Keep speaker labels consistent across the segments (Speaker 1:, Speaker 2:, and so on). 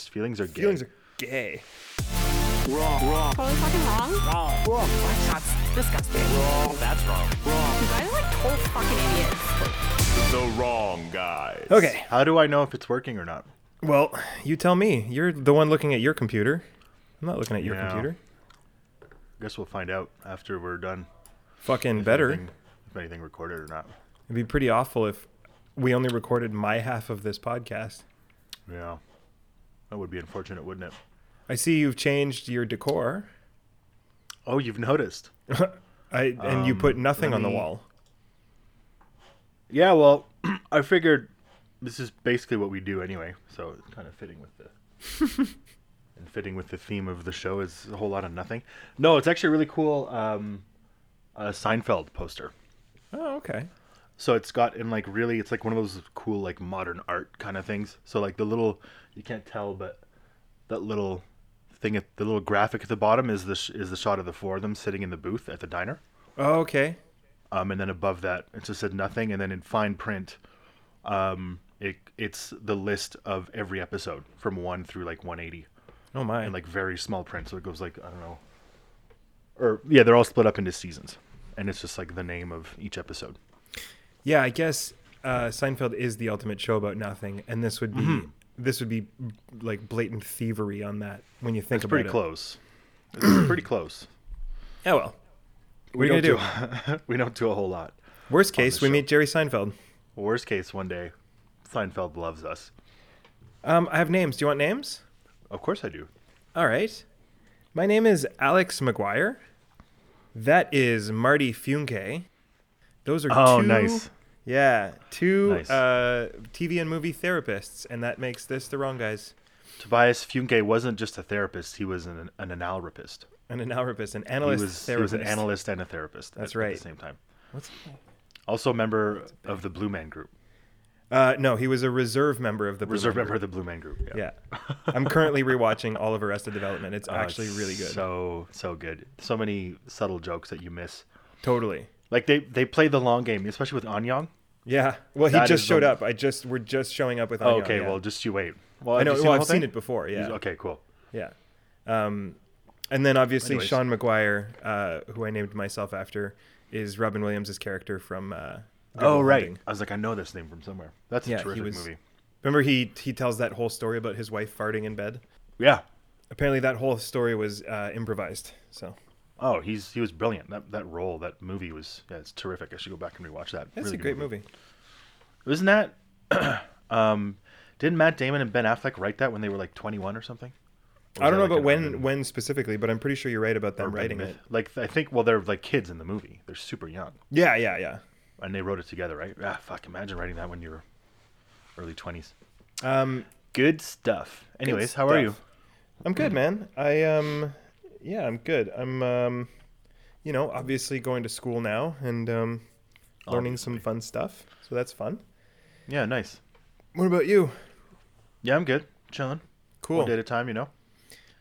Speaker 1: Feelings are gay.
Speaker 2: Feelings are gay.
Speaker 3: Totally fucking wrong.
Speaker 4: Wrong. Wrong.
Speaker 3: That's disgusting.
Speaker 4: Wrong. That's wrong.
Speaker 3: You guys are like total fucking idiots.
Speaker 5: The wrong guy.
Speaker 2: Okay.
Speaker 1: How do I know if it's working or not?
Speaker 2: Well, you tell me. You're the one looking at your computer. I'm not looking at your
Speaker 1: Yeah.
Speaker 2: computer.
Speaker 1: I guess we'll find out after we're done.
Speaker 2: Fucking
Speaker 1: if
Speaker 2: better.
Speaker 1: anything- if anything recorded or not.
Speaker 2: It'd be pretty awful if we only recorded my half of this podcast.
Speaker 1: Yeah. That would be unfortunate, wouldn't it?
Speaker 2: I see you've changed your decor.
Speaker 1: Oh, you've noticed.
Speaker 2: I and you put
Speaker 1: Um,
Speaker 2: nothing on the wall.
Speaker 1: Yeah, well, I figured this is basically what we do anyway, so it's kind of fitting with the and fitting with the theme of the show is a whole lot of nothing. No, it's actually a really cool um, uh, Seinfeld poster.
Speaker 2: Oh, okay.
Speaker 1: So it's got in like really, it's like one of those cool like modern art kind of things. So like the little, you can't tell, but that little thing at the little graphic at the bottom is the sh- is the shot of the four of them sitting in the booth at the diner.
Speaker 2: Oh, okay.
Speaker 1: um, and then above that it just said nothing, and then in fine print, um, it it's the list of every episode from one through like 180,
Speaker 2: Oh my.
Speaker 1: and like very small print, so it goes like I don't know, or yeah, they're all split up into seasons, and it's just like the name of each episode.
Speaker 2: yeah, I guess uh, Seinfeld is the ultimate show about nothing, and this would be
Speaker 1: Mm-hmm.
Speaker 2: this would be like blatant thievery on that when you think
Speaker 1: It's
Speaker 2: about
Speaker 1: pretty
Speaker 2: it.
Speaker 1: close. It's pretty close.
Speaker 2: Oh well. What are you
Speaker 1: don't
Speaker 2: gonna do?
Speaker 1: we don't do a whole lot.
Speaker 2: Worst case,
Speaker 1: the
Speaker 2: we
Speaker 1: show.
Speaker 2: meet Jerry Seinfeld.
Speaker 1: Worst case, one day, Seinfeld loves us.
Speaker 2: Um, I have names. Do you want names?
Speaker 1: Of course I do.
Speaker 2: All right. My name is Alex McGuire. That is Marty Funke. Those are
Speaker 1: Oh,
Speaker 2: two-
Speaker 1: nice.
Speaker 2: Yeah, two
Speaker 1: Nice.
Speaker 2: uh, TV and movie therapists, and that makes this the wrong guys.
Speaker 1: Tobias Funke wasn't just a therapist; he was an, an analropist.
Speaker 2: An analropist, an analyst
Speaker 1: he was, he
Speaker 2: Oh, therapist.
Speaker 1: was an analyst and a therapist.
Speaker 2: That's
Speaker 1: at, At
Speaker 2: right.
Speaker 1: the same time.
Speaker 2: What's-
Speaker 1: Also, a member of the Blue Man Group.
Speaker 2: Uh, no, he was a reserve member of the Blue
Speaker 1: Reserve
Speaker 2: Man
Speaker 1: member of the Blue Man Group. Yeah.
Speaker 2: Group. Yeah, I'm currently rewatching all of Arrested Development. It's
Speaker 1: Oh,
Speaker 2: actually
Speaker 1: it's
Speaker 2: really good.
Speaker 1: So so good. So many subtle jokes that you miss.
Speaker 2: Totally.
Speaker 1: Like they they play the long game, especially with Anyang.
Speaker 2: Yeah. Well, he
Speaker 1: That
Speaker 2: just
Speaker 1: is
Speaker 2: showed
Speaker 1: the-
Speaker 2: up. I just we're just showing up with.
Speaker 1: Oh,
Speaker 2: Anya,
Speaker 1: okay,
Speaker 2: yeah.
Speaker 1: well just you wait. Well,
Speaker 2: I
Speaker 1: have
Speaker 2: know.
Speaker 1: you
Speaker 2: Well,
Speaker 1: the
Speaker 2: I've
Speaker 1: whole
Speaker 2: seen
Speaker 1: thing?
Speaker 2: it before. Yeah.
Speaker 1: Okay, cool.
Speaker 2: Yeah. Um, and then obviously
Speaker 1: Anyways.
Speaker 2: Sean McGuire, uh, who I named myself after, is Robin Williams' character from. Uh, Good
Speaker 1: oh
Speaker 2: Will
Speaker 1: right.
Speaker 2: Hunting.
Speaker 1: I was like, I know this name from somewhere. That's a
Speaker 2: Yeah, he
Speaker 1: terrific
Speaker 2: was.
Speaker 1: movie.
Speaker 2: Remember he he tells that whole story about his wife farting in bed.
Speaker 1: Yeah.
Speaker 2: Apparently that whole story was uh, improvised. So
Speaker 1: Oh, he's he was brilliant. That that role, that movie was yeah, it's terrific. I should go back and rewatch that.
Speaker 2: that's
Speaker 1: Really
Speaker 2: a
Speaker 1: good
Speaker 2: great movie.
Speaker 1: Isn't that? um, didn't Matt Damon and Ben Affleck write that when they were like 21 or something? Or
Speaker 2: I
Speaker 1: was
Speaker 2: don't
Speaker 1: that,
Speaker 2: know
Speaker 1: like,
Speaker 2: about
Speaker 1: an
Speaker 2: when
Speaker 1: urban-
Speaker 2: when specifically, but I'm pretty sure you're right about them
Speaker 1: urban
Speaker 2: writing
Speaker 1: myth?
Speaker 2: it.
Speaker 1: Like I think, well, they're like kids in the movie. They're super young,
Speaker 2: Yeah, yeah, yeah.
Speaker 1: and they wrote it together, right? Ah, fuck! Imagine writing that when you're early 20s.
Speaker 2: Um,
Speaker 1: Good stuff. Anyways, how are you?
Speaker 2: stuff. I'm
Speaker 1: Mm.
Speaker 2: good, man. I um, yeah, I'm good. I'm um, you know, obviously going to school now and um, learning some fun stuff. So that's fun.
Speaker 1: Yeah, nice.
Speaker 2: What about you?
Speaker 1: Yeah, I'm good. Chilling.
Speaker 2: Cool.
Speaker 1: One day at a time, you know.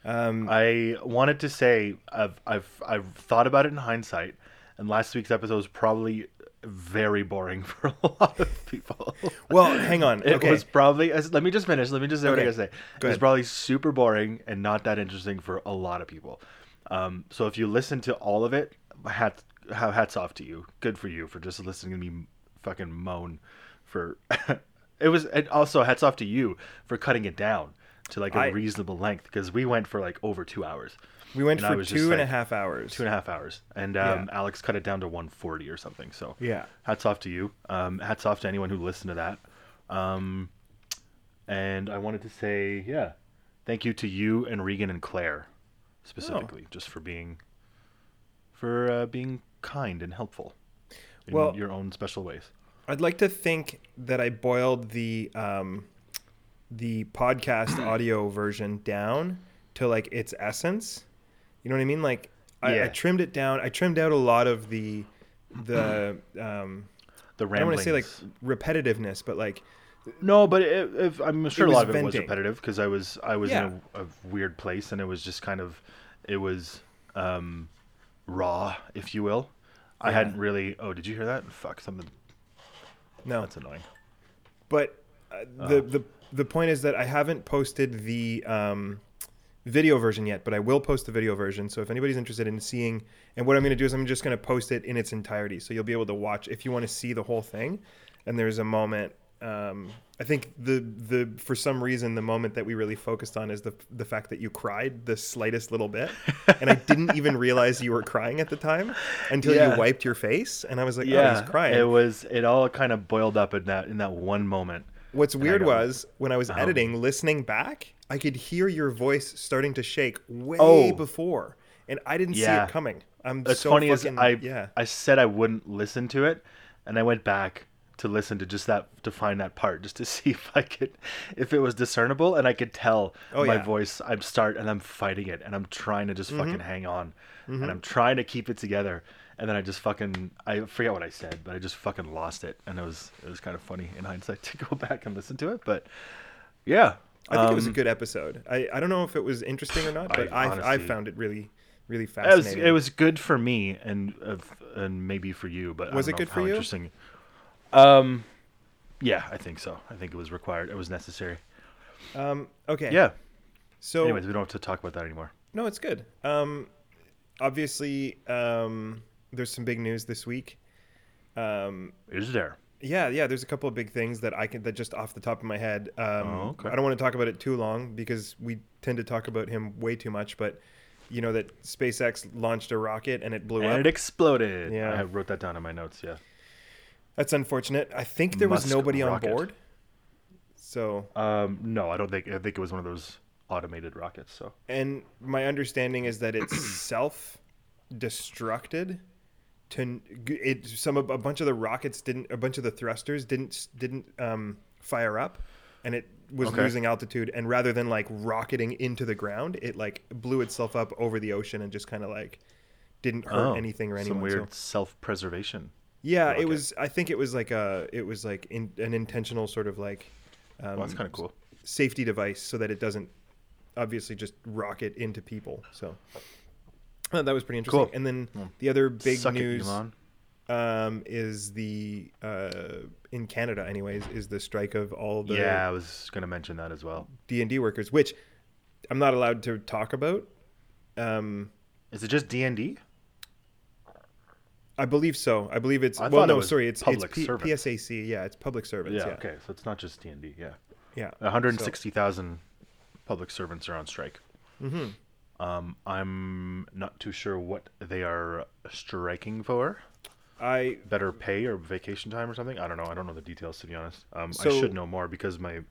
Speaker 2: Um,
Speaker 1: I wanted to say I've I've I've thought about it in hindsight, and last week's episode was probably very boring for a lot of people.
Speaker 2: well, hang on.
Speaker 1: It
Speaker 2: okay.
Speaker 1: was probably. as- Let me just finish. Let me just say what I
Speaker 2: Okay.
Speaker 1: gotta say.
Speaker 2: Go
Speaker 1: it was
Speaker 2: ahead.
Speaker 1: probably super boring and not that interesting for a lot of people. Um, so if you listen to all of it, hats ha- hats off to you. Good for you for just listening to me fucking moan. For it was, and also hats off to you for cutting it down to like a
Speaker 2: I-
Speaker 1: reasonable length because we went for like over two hours,
Speaker 2: we went
Speaker 1: and I
Speaker 2: for
Speaker 1: was just
Speaker 2: two and a
Speaker 1: like-
Speaker 2: half hours.
Speaker 1: two and a half hours, and um, Alex cut it down to one forty or something. So
Speaker 2: Yeah.
Speaker 1: hats off to you. Um, hats off to anyone who listened to that. Um, and I wanted to say, yeah, thank you to you and Regan and Claire specifically,
Speaker 2: Oh.
Speaker 1: just for being for uh, being kind and helpful in
Speaker 2: Well-
Speaker 1: your own special ways.
Speaker 2: I'd like to think that I boiled the um, the podcast audio version down to like its essence. You know what I mean? Like I, I
Speaker 1: Yeah.
Speaker 2: trimmed it down. I trimmed out a lot of the the um,
Speaker 1: The
Speaker 2: I don't
Speaker 1: ramblings.
Speaker 2: want to say like repetitiveness, but like
Speaker 1: no, but it, it- I'm sure a
Speaker 2: was
Speaker 1: lot of it was
Speaker 2: venting.
Speaker 1: repetitive because I was I was
Speaker 2: Yeah.
Speaker 1: in a, a weird place and it was just kind of it was um, raw, if you will. I hadn't really. Oh, did you hear that? Fuck, something
Speaker 2: no.
Speaker 1: that's annoying. Oh.
Speaker 2: But uh, the the the point is that I haven't posted the um, video version yet, but I will post the video version. So if anybody's interested in seeing, and what I'm going to do is I'm just going to post it in its entirety. So you'll be able to watch if you want to see the whole thing. And there's a moment. Um, I think the the for some reason the moment that we really focused on is the the fact that you cried the slightest little bit, and I didn't even realize you were crying at the time until
Speaker 1: Yeah.
Speaker 2: you wiped your face, and I was like, oh,
Speaker 1: yeah,
Speaker 2: he's crying.
Speaker 1: it was. It all kind of boiled up in that in that one moment.
Speaker 2: What's weird
Speaker 1: got-
Speaker 2: was when I was editing, listening back, I could hear your voice starting to shake way
Speaker 1: Oh.
Speaker 2: before, and I didn't
Speaker 1: Yeah.
Speaker 2: see it coming. I'm
Speaker 1: What's
Speaker 2: so
Speaker 1: funny
Speaker 2: fucking,
Speaker 1: is I
Speaker 2: yeah.
Speaker 1: I said I wouldn't listen to it, and I went back to listen to just that to find that part just to see if I could if it was discernible, and I could tell
Speaker 2: Oh,
Speaker 1: my
Speaker 2: yeah. Mm-hmm.
Speaker 1: voice. I'm start and I'm fighting it, and I'm trying to just fucking hang on, and I'm trying to keep it together, and then I just fucking I forget what I said, but I just fucking lost it, and it was it was kind of funny in hindsight to go back and listen to it, but yeah,
Speaker 2: I think it
Speaker 1: um,
Speaker 2: was a good episode. I, I don't know if it was interesting or not, but I, I,
Speaker 1: honestly-
Speaker 2: found it really really
Speaker 1: it was
Speaker 2: fascinating.
Speaker 1: it was good for me and uh, and maybe for you, but I
Speaker 2: Was
Speaker 1: don't
Speaker 2: it
Speaker 1: know
Speaker 2: good
Speaker 1: how
Speaker 2: for you?
Speaker 1: Interesting. Um, yeah, I think so. I think it was required. It was necessary.
Speaker 2: okay.
Speaker 1: Yeah.
Speaker 2: So
Speaker 1: Anyways, we don't have to talk about that anymore.
Speaker 2: no, it's good. Um, obviously, um, there's some big news this week.
Speaker 1: Is there?
Speaker 2: Yeah, yeah. There's a couple of big things that I can that just off the top of my head. Um,
Speaker 1: Oh, okay.
Speaker 2: I don't want to talk about it too long because we tend to talk about him way too much. But you know that SpaceX launched a rocket and it blew
Speaker 1: And
Speaker 2: up.
Speaker 1: it exploded.
Speaker 2: Yeah.
Speaker 1: I wrote that down in my notes. Yeah.
Speaker 2: That's unfortunate. I think there was
Speaker 1: Musk
Speaker 2: nobody
Speaker 1: rocket.
Speaker 2: on board. So
Speaker 1: Um, no, I don't think. I think it was one of those automated rockets. So
Speaker 2: and my understanding is that it's self destructed to it some of a bunch of the rockets didn't a bunch of the thrusters didn't didn't um, fire up and it was
Speaker 1: Okay.
Speaker 2: losing altitude and rather than like rocketing into the ground it like blew itself up over the ocean and just kind of like didn't hurt
Speaker 1: Oh,
Speaker 2: anything or anyone
Speaker 1: some
Speaker 2: so-
Speaker 1: weird self-preservation.
Speaker 2: yeah
Speaker 1: rocket.
Speaker 2: it was i think it was like a it was like in, an intentional sort of like um,
Speaker 1: well,
Speaker 2: Mm.
Speaker 1: that's kind of cool.
Speaker 2: safety device so that it doesn't obviously just rocket into people. So Uh, that was pretty interesting.
Speaker 1: Cool. Hmm.
Speaker 2: And then the other big
Speaker 1: Suck
Speaker 2: news
Speaker 1: It, Elon.
Speaker 2: um, is the uh, in Canada, anyways, is the strike of all the
Speaker 1: yeah, I was gonna mention that as well.
Speaker 2: D and D workers, which I'm not allowed to talk about. Um,
Speaker 1: Is it just D and D?
Speaker 2: I believe so. I believe it's
Speaker 1: I
Speaker 2: well,
Speaker 1: thought it
Speaker 2: no,
Speaker 1: was
Speaker 2: sorry, it's
Speaker 1: public
Speaker 2: it's P-
Speaker 1: servant.
Speaker 2: PSAC. Yeah, it's public servants.
Speaker 1: Yeah.
Speaker 2: Yeah,
Speaker 1: Okay, so it's not just D and D. Yeah.
Speaker 2: yeah.
Speaker 1: 160,000 public servants are on strike. Um, I'm not too sure what they are striking for.
Speaker 2: I
Speaker 1: Better pay or vacation time or something? I don't know. I don't know the details to be honest. Um,
Speaker 2: So-
Speaker 1: I should know more because my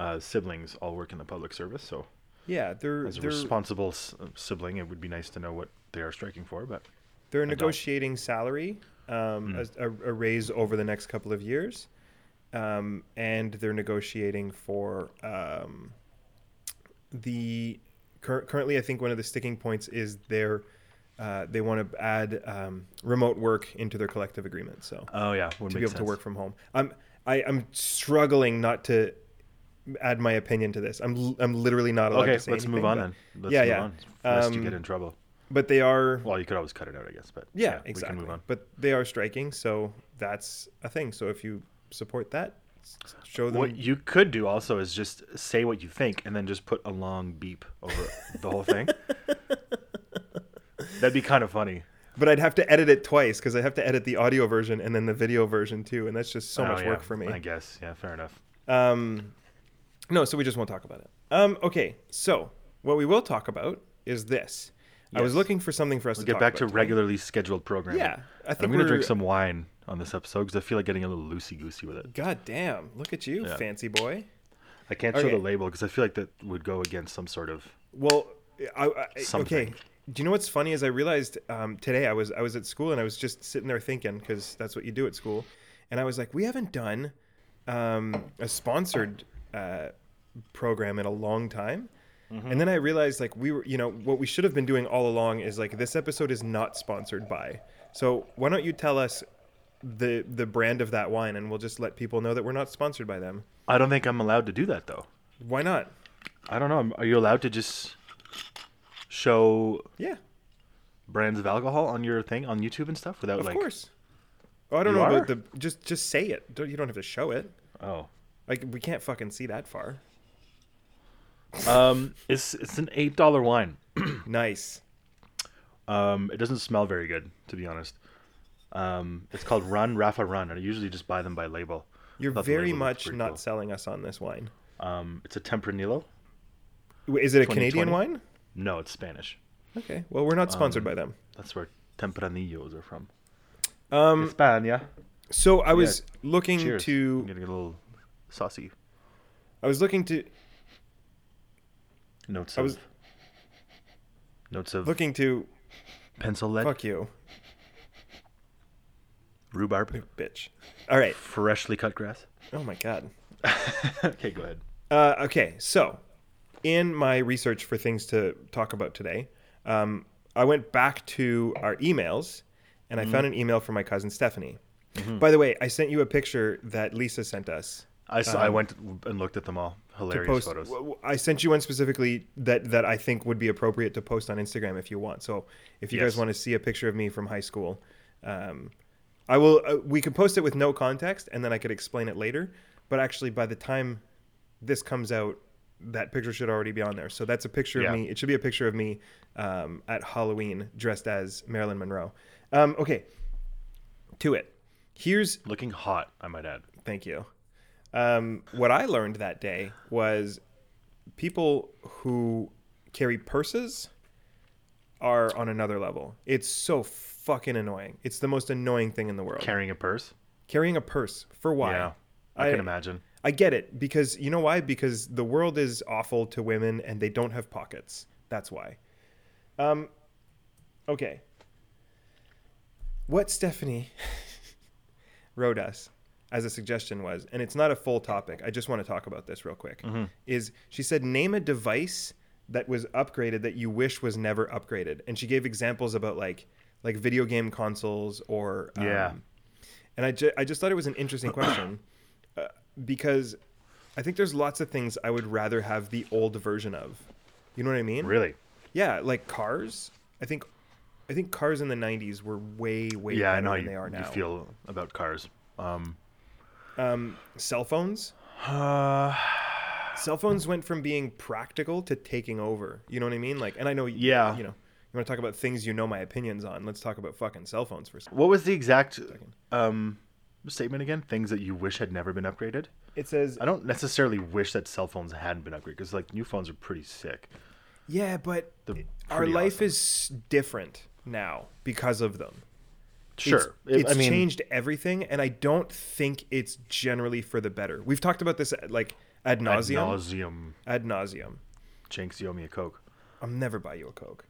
Speaker 1: uh, siblings all work in the public service. So,
Speaker 2: yeah, they're
Speaker 1: as a
Speaker 2: they're
Speaker 1: responsible s- uh, sibling, it would be nice to know what they are striking for. But
Speaker 2: They're negotiating salary, um,
Speaker 1: Hmm.
Speaker 2: as- a, a raise over the next couple of years, um, and they're negotiating for um, the cur- currently. I think one of the sticking points is their uh, they want to add um, remote work into their collective agreement. So
Speaker 1: oh yeah, would
Speaker 2: to be able to work from home. I'm I, I'm struggling not to add my opinion to this. I'm l- I'm literally not allowed
Speaker 1: Okay,
Speaker 2: to say
Speaker 1: let's move
Speaker 2: anything,
Speaker 1: on
Speaker 2: but-
Speaker 1: then. Let's
Speaker 2: yeah,
Speaker 1: move
Speaker 2: yeah.
Speaker 1: on. Lest you
Speaker 2: Um,
Speaker 1: get in trouble.
Speaker 2: But they are
Speaker 1: Well, you could always cut it out, I guess. But
Speaker 2: yeah,
Speaker 1: We can
Speaker 2: exactly.
Speaker 1: move on.
Speaker 2: But they are striking, so that's a thing. So if you support that, s- show them.
Speaker 1: What you could do also is just say what you think and then just put a long beep over the whole thing. That'd be kind of funny.
Speaker 2: but I'd have to edit it twice because I have to edit the audio version and then the video version too, and that's just so
Speaker 1: Oh,
Speaker 2: much
Speaker 1: yeah,
Speaker 2: work for me. Um,
Speaker 1: I guess. Yeah, fair enough.
Speaker 2: No, so we just won't talk about it. Um, okay, so what we will talk about is this. I was
Speaker 1: Yes.
Speaker 2: looking for something for us
Speaker 1: We'll
Speaker 2: to
Speaker 1: get
Speaker 2: talk
Speaker 1: back to
Speaker 2: about today.
Speaker 1: regularly scheduled programming.
Speaker 2: Yeah, I
Speaker 1: And
Speaker 2: think
Speaker 1: I'm gonna
Speaker 2: we're-
Speaker 1: drink some wine on this episode because I feel like getting a little loosey goosey with it.
Speaker 2: God damn! Look at you,
Speaker 1: Yeah.
Speaker 2: fancy boy.
Speaker 1: I can't show
Speaker 2: Okay.
Speaker 1: the label because I feel like that would go against some sort of.
Speaker 2: Well, I, I okay.
Speaker 1: Something.
Speaker 2: Do you know what's funny? Is I realized um, today I was I was at school and I was just sitting there thinking because that's what you do at school, and I was like, we haven't done um, a sponsored uh, program in a long time. And then I realized like we were, you know, what we should have been doing all along is like this episode is not sponsored by. So why don't you tell us the the brand of that wine and we'll just let people know that we're not sponsored by them.
Speaker 1: I don't think I'm allowed to do that though.
Speaker 2: Why not?
Speaker 1: I don't know. I'm- Are you allowed to just show
Speaker 2: Yeah.
Speaker 1: brands of alcohol on your thing on YouTube and stuff without
Speaker 2: Of
Speaker 1: like?
Speaker 2: course. Oh, I don't
Speaker 1: You
Speaker 2: know
Speaker 1: are?
Speaker 2: about the just just say it. Don't, you don't have to show it.
Speaker 1: Oh,
Speaker 2: Like we can't fucking see that far.
Speaker 1: Um, it's it's an eight dollar wine.
Speaker 2: Nice.
Speaker 1: Um, it doesn't smell very good, to be honest. Um, it's called Run Rafa Run, and I usually just buy them by label.
Speaker 2: You're
Speaker 1: Thought the
Speaker 2: very
Speaker 1: label looked
Speaker 2: much
Speaker 1: pretty
Speaker 2: not
Speaker 1: cool.
Speaker 2: selling us on this wine.
Speaker 1: Um, it's a Tempranillo.
Speaker 2: Wait, Is it a Canadian
Speaker 1: 2020?
Speaker 2: wine?
Speaker 1: No, it's Spanish.
Speaker 2: Okay. Well, we're not sponsored
Speaker 1: Um,
Speaker 2: by them.
Speaker 1: That's where Tempranillos are from. Um, España.
Speaker 2: So I was looking
Speaker 1: Cheers.
Speaker 2: to
Speaker 1: I'm getting a little saucy
Speaker 2: I was looking to
Speaker 1: notes.
Speaker 2: I was-
Speaker 1: of, notes of
Speaker 2: looking to
Speaker 1: pencil lead,
Speaker 2: fuck you,
Speaker 1: rhubarb,
Speaker 2: bitch. All right.
Speaker 1: freshly cut grass.
Speaker 2: Oh my god.
Speaker 1: okay, go ahead.
Speaker 2: Uh, okay, so in my research for things to talk about today, um, I went back to our emails and I found an email from my cousin Stephanie. By the way, I sent you a picture that Lisa sent us.
Speaker 1: I saw, I went and looked at them all. Hilarious
Speaker 2: Um, Post,
Speaker 1: photos.
Speaker 2: w- w- I sent you one specifically that, that I think would be appropriate to post on Instagram if you want. So if you guys
Speaker 1: Yes.
Speaker 2: want to see a picture of me from high school, um, I will. Uh, we can post it with no context, and then I could explain it later. But actually, by the time this comes out, that picture should already be on there. So that's a picture
Speaker 1: Yeah.
Speaker 2: of me. It should be a picture of me um, at Halloween dressed as Marilyn Monroe. Um, okay, to it. Here's
Speaker 1: Looking hot, I might add.
Speaker 2: Thank you. Um, what I learned that day was people who carry purses are on another level. It's so fucking annoying. It's the most annoying thing in the world.
Speaker 1: Carrying a purse.
Speaker 2: Carrying a purse for why?
Speaker 1: Yeah, I, can imagine.
Speaker 2: I get it because you know why? Because the world is awful to women and they don't have pockets. That's why. Um, okay. What Stephanie wrote us as a suggestion was, and it's not a full topic. I just want to talk about this real quick. Is she said name a device that was upgraded that you wish was never upgraded, and she gave examples about like like video game consoles or um,
Speaker 1: Yeah.
Speaker 2: and I, ju- I just thought it was an interesting question uh, because I think there's lots of things I would rather have the old version of. You know what I mean?
Speaker 1: Really?
Speaker 2: Yeah, like cars. I think I think cars in the 90s were way way
Speaker 1: Yeah, I
Speaker 2: better
Speaker 1: know how
Speaker 2: than
Speaker 1: you,
Speaker 2: they are
Speaker 1: you
Speaker 2: now.
Speaker 1: feel about cars. Um,
Speaker 2: Cell phones? Cell phones went from being practical to taking over. You know what I mean? Like and I know
Speaker 1: Yeah.
Speaker 2: you know, you want to talk about things you know my opinions on. Let's talk about fucking cell phones for a second.
Speaker 1: what was the exact um, statement again? Things that you wish had never been upgraded.
Speaker 2: It says
Speaker 1: I don't necessarily wish that cell phones hadn't been upgraded because like new phones are pretty sick.
Speaker 2: Yeah, but
Speaker 1: They're
Speaker 2: our
Speaker 1: pretty
Speaker 2: life
Speaker 1: awesome.
Speaker 2: is different now because of them. It's-
Speaker 1: Sure,
Speaker 2: It's,
Speaker 1: I mean,
Speaker 2: changed everything, and I don't think it's generally for the better. We've talked about this like ad
Speaker 1: Ad
Speaker 2: nauseum.
Speaker 1: nauseum.
Speaker 2: Ad nauseum.
Speaker 1: Jinx, you owe me a coke.
Speaker 2: I'll never buy you a Coke.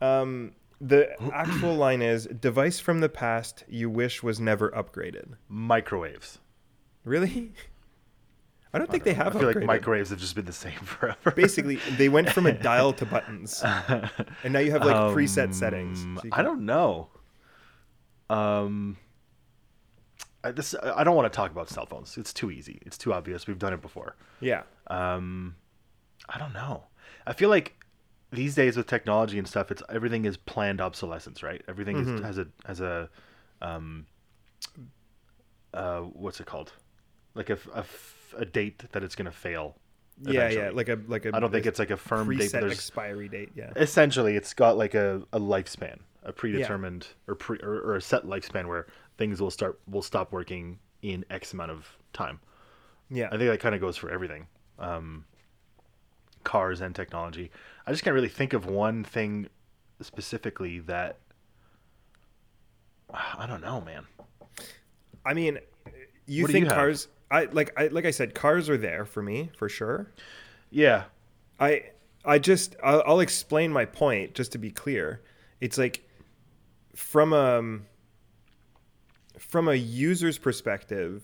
Speaker 2: Um, the actual line is device from the past you wish was never upgraded.
Speaker 1: Microwaves.
Speaker 2: Really? I don't think they have
Speaker 1: I feel
Speaker 2: upgraded.
Speaker 1: like microwaves have just been the same forever.
Speaker 2: Basically, they went from a dial to buttons, and now you have like preset settings.
Speaker 1: Mm,
Speaker 2: So you
Speaker 1: I
Speaker 2: can-
Speaker 1: don't know. Um, I, this I don't want to talk about cell phones. It's too easy. It's too obvious. We've done it before.
Speaker 2: Yeah.
Speaker 1: Um, I don't know. I feel like these days with technology and stuff, it's everything is planned obsolescence, right? Everything
Speaker 2: Mm-hmm.
Speaker 1: is, has a has a um, uh, what's it called? Like a, f- a f- a date that it's gonna fail.
Speaker 2: Yeah, yeah.
Speaker 1: eventually.
Speaker 2: Like a like a.
Speaker 1: I don't think it's like a firm date.
Speaker 2: preset
Speaker 1: but There's
Speaker 2: expiry date. Yeah.
Speaker 1: essentially it's got like a, a lifespan a predetermined or pre or, or a set lifespan where things will start will stop working in x amount of time
Speaker 2: Yeah.
Speaker 1: i think that kind of goes for everything um cars and technology i just can't really think of one thing specifically that i don't know man
Speaker 2: I mean, you
Speaker 1: What do
Speaker 2: think
Speaker 1: you have?
Speaker 2: cars? I like I like I said, cars are there for me for sure.
Speaker 1: yeah
Speaker 2: I I just I'll, I'll explain my point just to be clear. It's like from um from a user's perspective,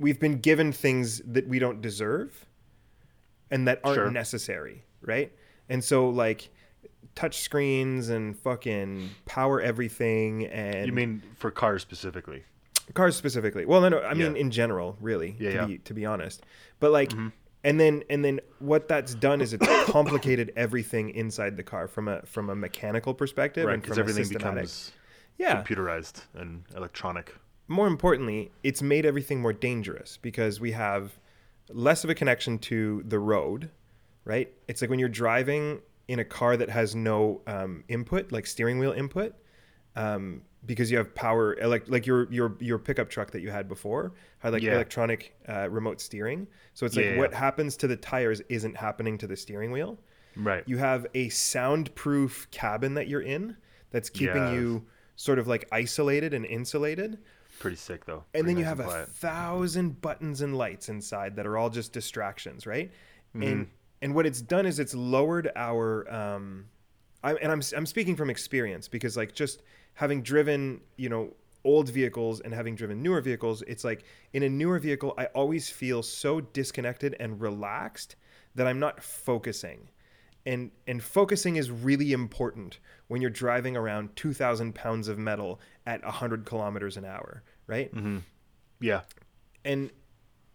Speaker 2: we've been given things that we don't deserve and that aren't
Speaker 1: Sure.
Speaker 2: necessary, right? And so like touch screens and fucking power everything and
Speaker 1: you mean for cars specifically
Speaker 2: cars specifically. Well, no, no, I mean
Speaker 1: Yeah.
Speaker 2: in general, really.
Speaker 1: Yeah, Mm-hmm.
Speaker 2: to,
Speaker 1: yeah.
Speaker 2: Be, to be honest, but like, and then and then what that's done is it's complicated everything inside the car from a from a mechanical perspective
Speaker 1: right
Speaker 2: and
Speaker 1: because
Speaker 2: from a
Speaker 1: everything
Speaker 2: systematic.
Speaker 1: becomes
Speaker 2: yeah,
Speaker 1: computerized and electronic
Speaker 2: more importantly, it's made everything more dangerous because we have less of a connection to the road, right? It's like when you're driving in a car that has no um, input, like steering wheel input, um, because you have power, like like your your your pickup truck that you had before had like
Speaker 1: Yeah.
Speaker 2: electronic uh, remote steering. So it's like
Speaker 1: Yeah.
Speaker 2: what happens to the tires isn't happening to the steering wheel.
Speaker 1: Right.
Speaker 2: You have a soundproof cabin that you're in that's keeping
Speaker 1: Yes.
Speaker 2: you sort of like isolated and insulated.
Speaker 1: Pretty sick though.
Speaker 2: And then
Speaker 1: Pretty
Speaker 2: you
Speaker 1: nice
Speaker 2: have a
Speaker 1: quiet.
Speaker 2: thousand buttons and lights inside that are all just distractions, right? And and what it's done is it's lowered our um, I, and I'm I'm speaking from experience because like just having driven you know old vehicles and having driven newer vehicles, it's like in a newer vehicle I always feel so disconnected and relaxed that I'm not focusing. And, and focusing is really important when you're driving around 2,000 pounds of metal at 100 kilometers an hour, right?
Speaker 1: yeah.
Speaker 2: and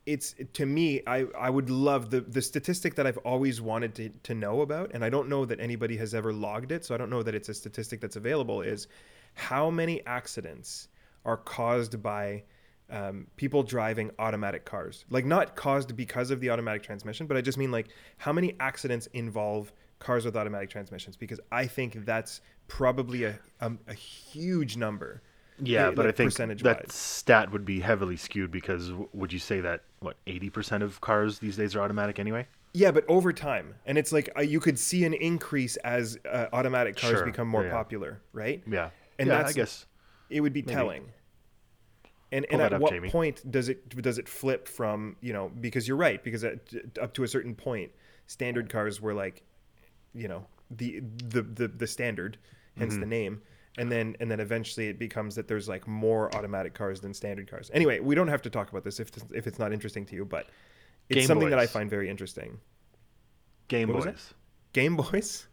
Speaker 2: it's to me I, I would love the, the statistic that i've always wanted to, to know about and i don't know that anybody has ever logged it so i don't know that it's a statistic that's available is how many accidents are caused by um, people driving automatic cars like not caused because of the automatic transmission but i just mean like how many accidents involve cars with automatic transmissions because i think that's probably a, a, a huge number
Speaker 1: Yeah,
Speaker 2: like,
Speaker 1: but I think that
Speaker 2: percentage-wise.
Speaker 1: stat would be heavily skewed because w- would you say that what eighty percent of cars these days are automatic anyway?
Speaker 2: Yeah, but over time, and it's like uh, you could see an increase as uh, automatic cars
Speaker 1: Sure,
Speaker 2: become more
Speaker 1: yeah.
Speaker 2: popular, right?
Speaker 1: Yeah,
Speaker 2: and
Speaker 1: yeah,
Speaker 2: that's
Speaker 1: I guess
Speaker 2: it would be telling. And, and
Speaker 1: Pull
Speaker 2: at
Speaker 1: that up,
Speaker 2: what
Speaker 1: Jamie.
Speaker 2: point does it does it flip from you know because you're right because at, up to a certain point, standard cars were like, you know the the the, the standard, hence
Speaker 1: Mm-hmm.
Speaker 2: the name. And then, and then eventually it becomes that there's like more automatic cars than standard cars. Anyway, we don't have to talk about this if, if it's not interesting to you, but it's
Speaker 1: Game
Speaker 2: something that I
Speaker 1: Boys.
Speaker 2: find very interesting.
Speaker 1: Game
Speaker 2: what was
Speaker 1: Boys.
Speaker 2: Game Boys?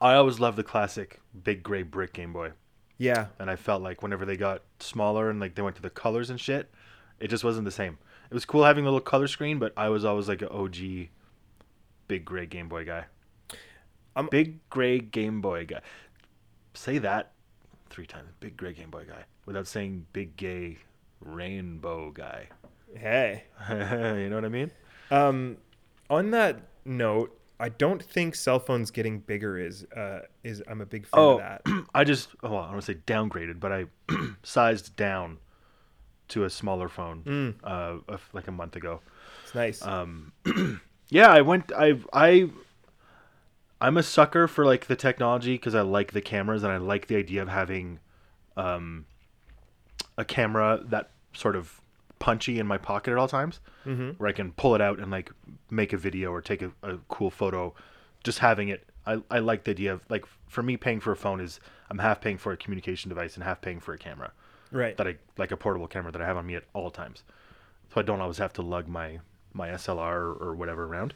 Speaker 1: I always loved the classic big gray brick Game Boy,
Speaker 2: Yeah,
Speaker 1: and I felt like whenever they got smaller and like they went to the colors and shit, it just wasn't the same. It was cool having the little color screen, but I was always like an OG big gray Game Boy guy.
Speaker 2: I'm-
Speaker 1: big gray Game Boy guy. Say that three times. Big gray Game Boy guy without saying big gay rainbow guy.
Speaker 2: Hey.
Speaker 1: you know what I mean?
Speaker 2: Um, on that note, I don't think cell phones getting bigger is uh is I'm a big fan of that.
Speaker 1: I just oh, I don't want to say downgraded, but I sized down to a smaller phone uh, a f- like a month ago.
Speaker 2: It's nice.
Speaker 1: Um, Yeah, I went. I I I'm a sucker for like the technology because I like the cameras and I like the idea of having um, a camera that sort of punchy in my pocket at all times, where I can pull it out and like make a video or take a, a cool photo. Just having it, I I like the idea of like for me paying for a phone is I'm half paying for a communication device and half paying for a camera
Speaker 2: right.
Speaker 1: that I like a portable camera that I have on me at all times, so I don't always have to lug my my SLR or whatever around.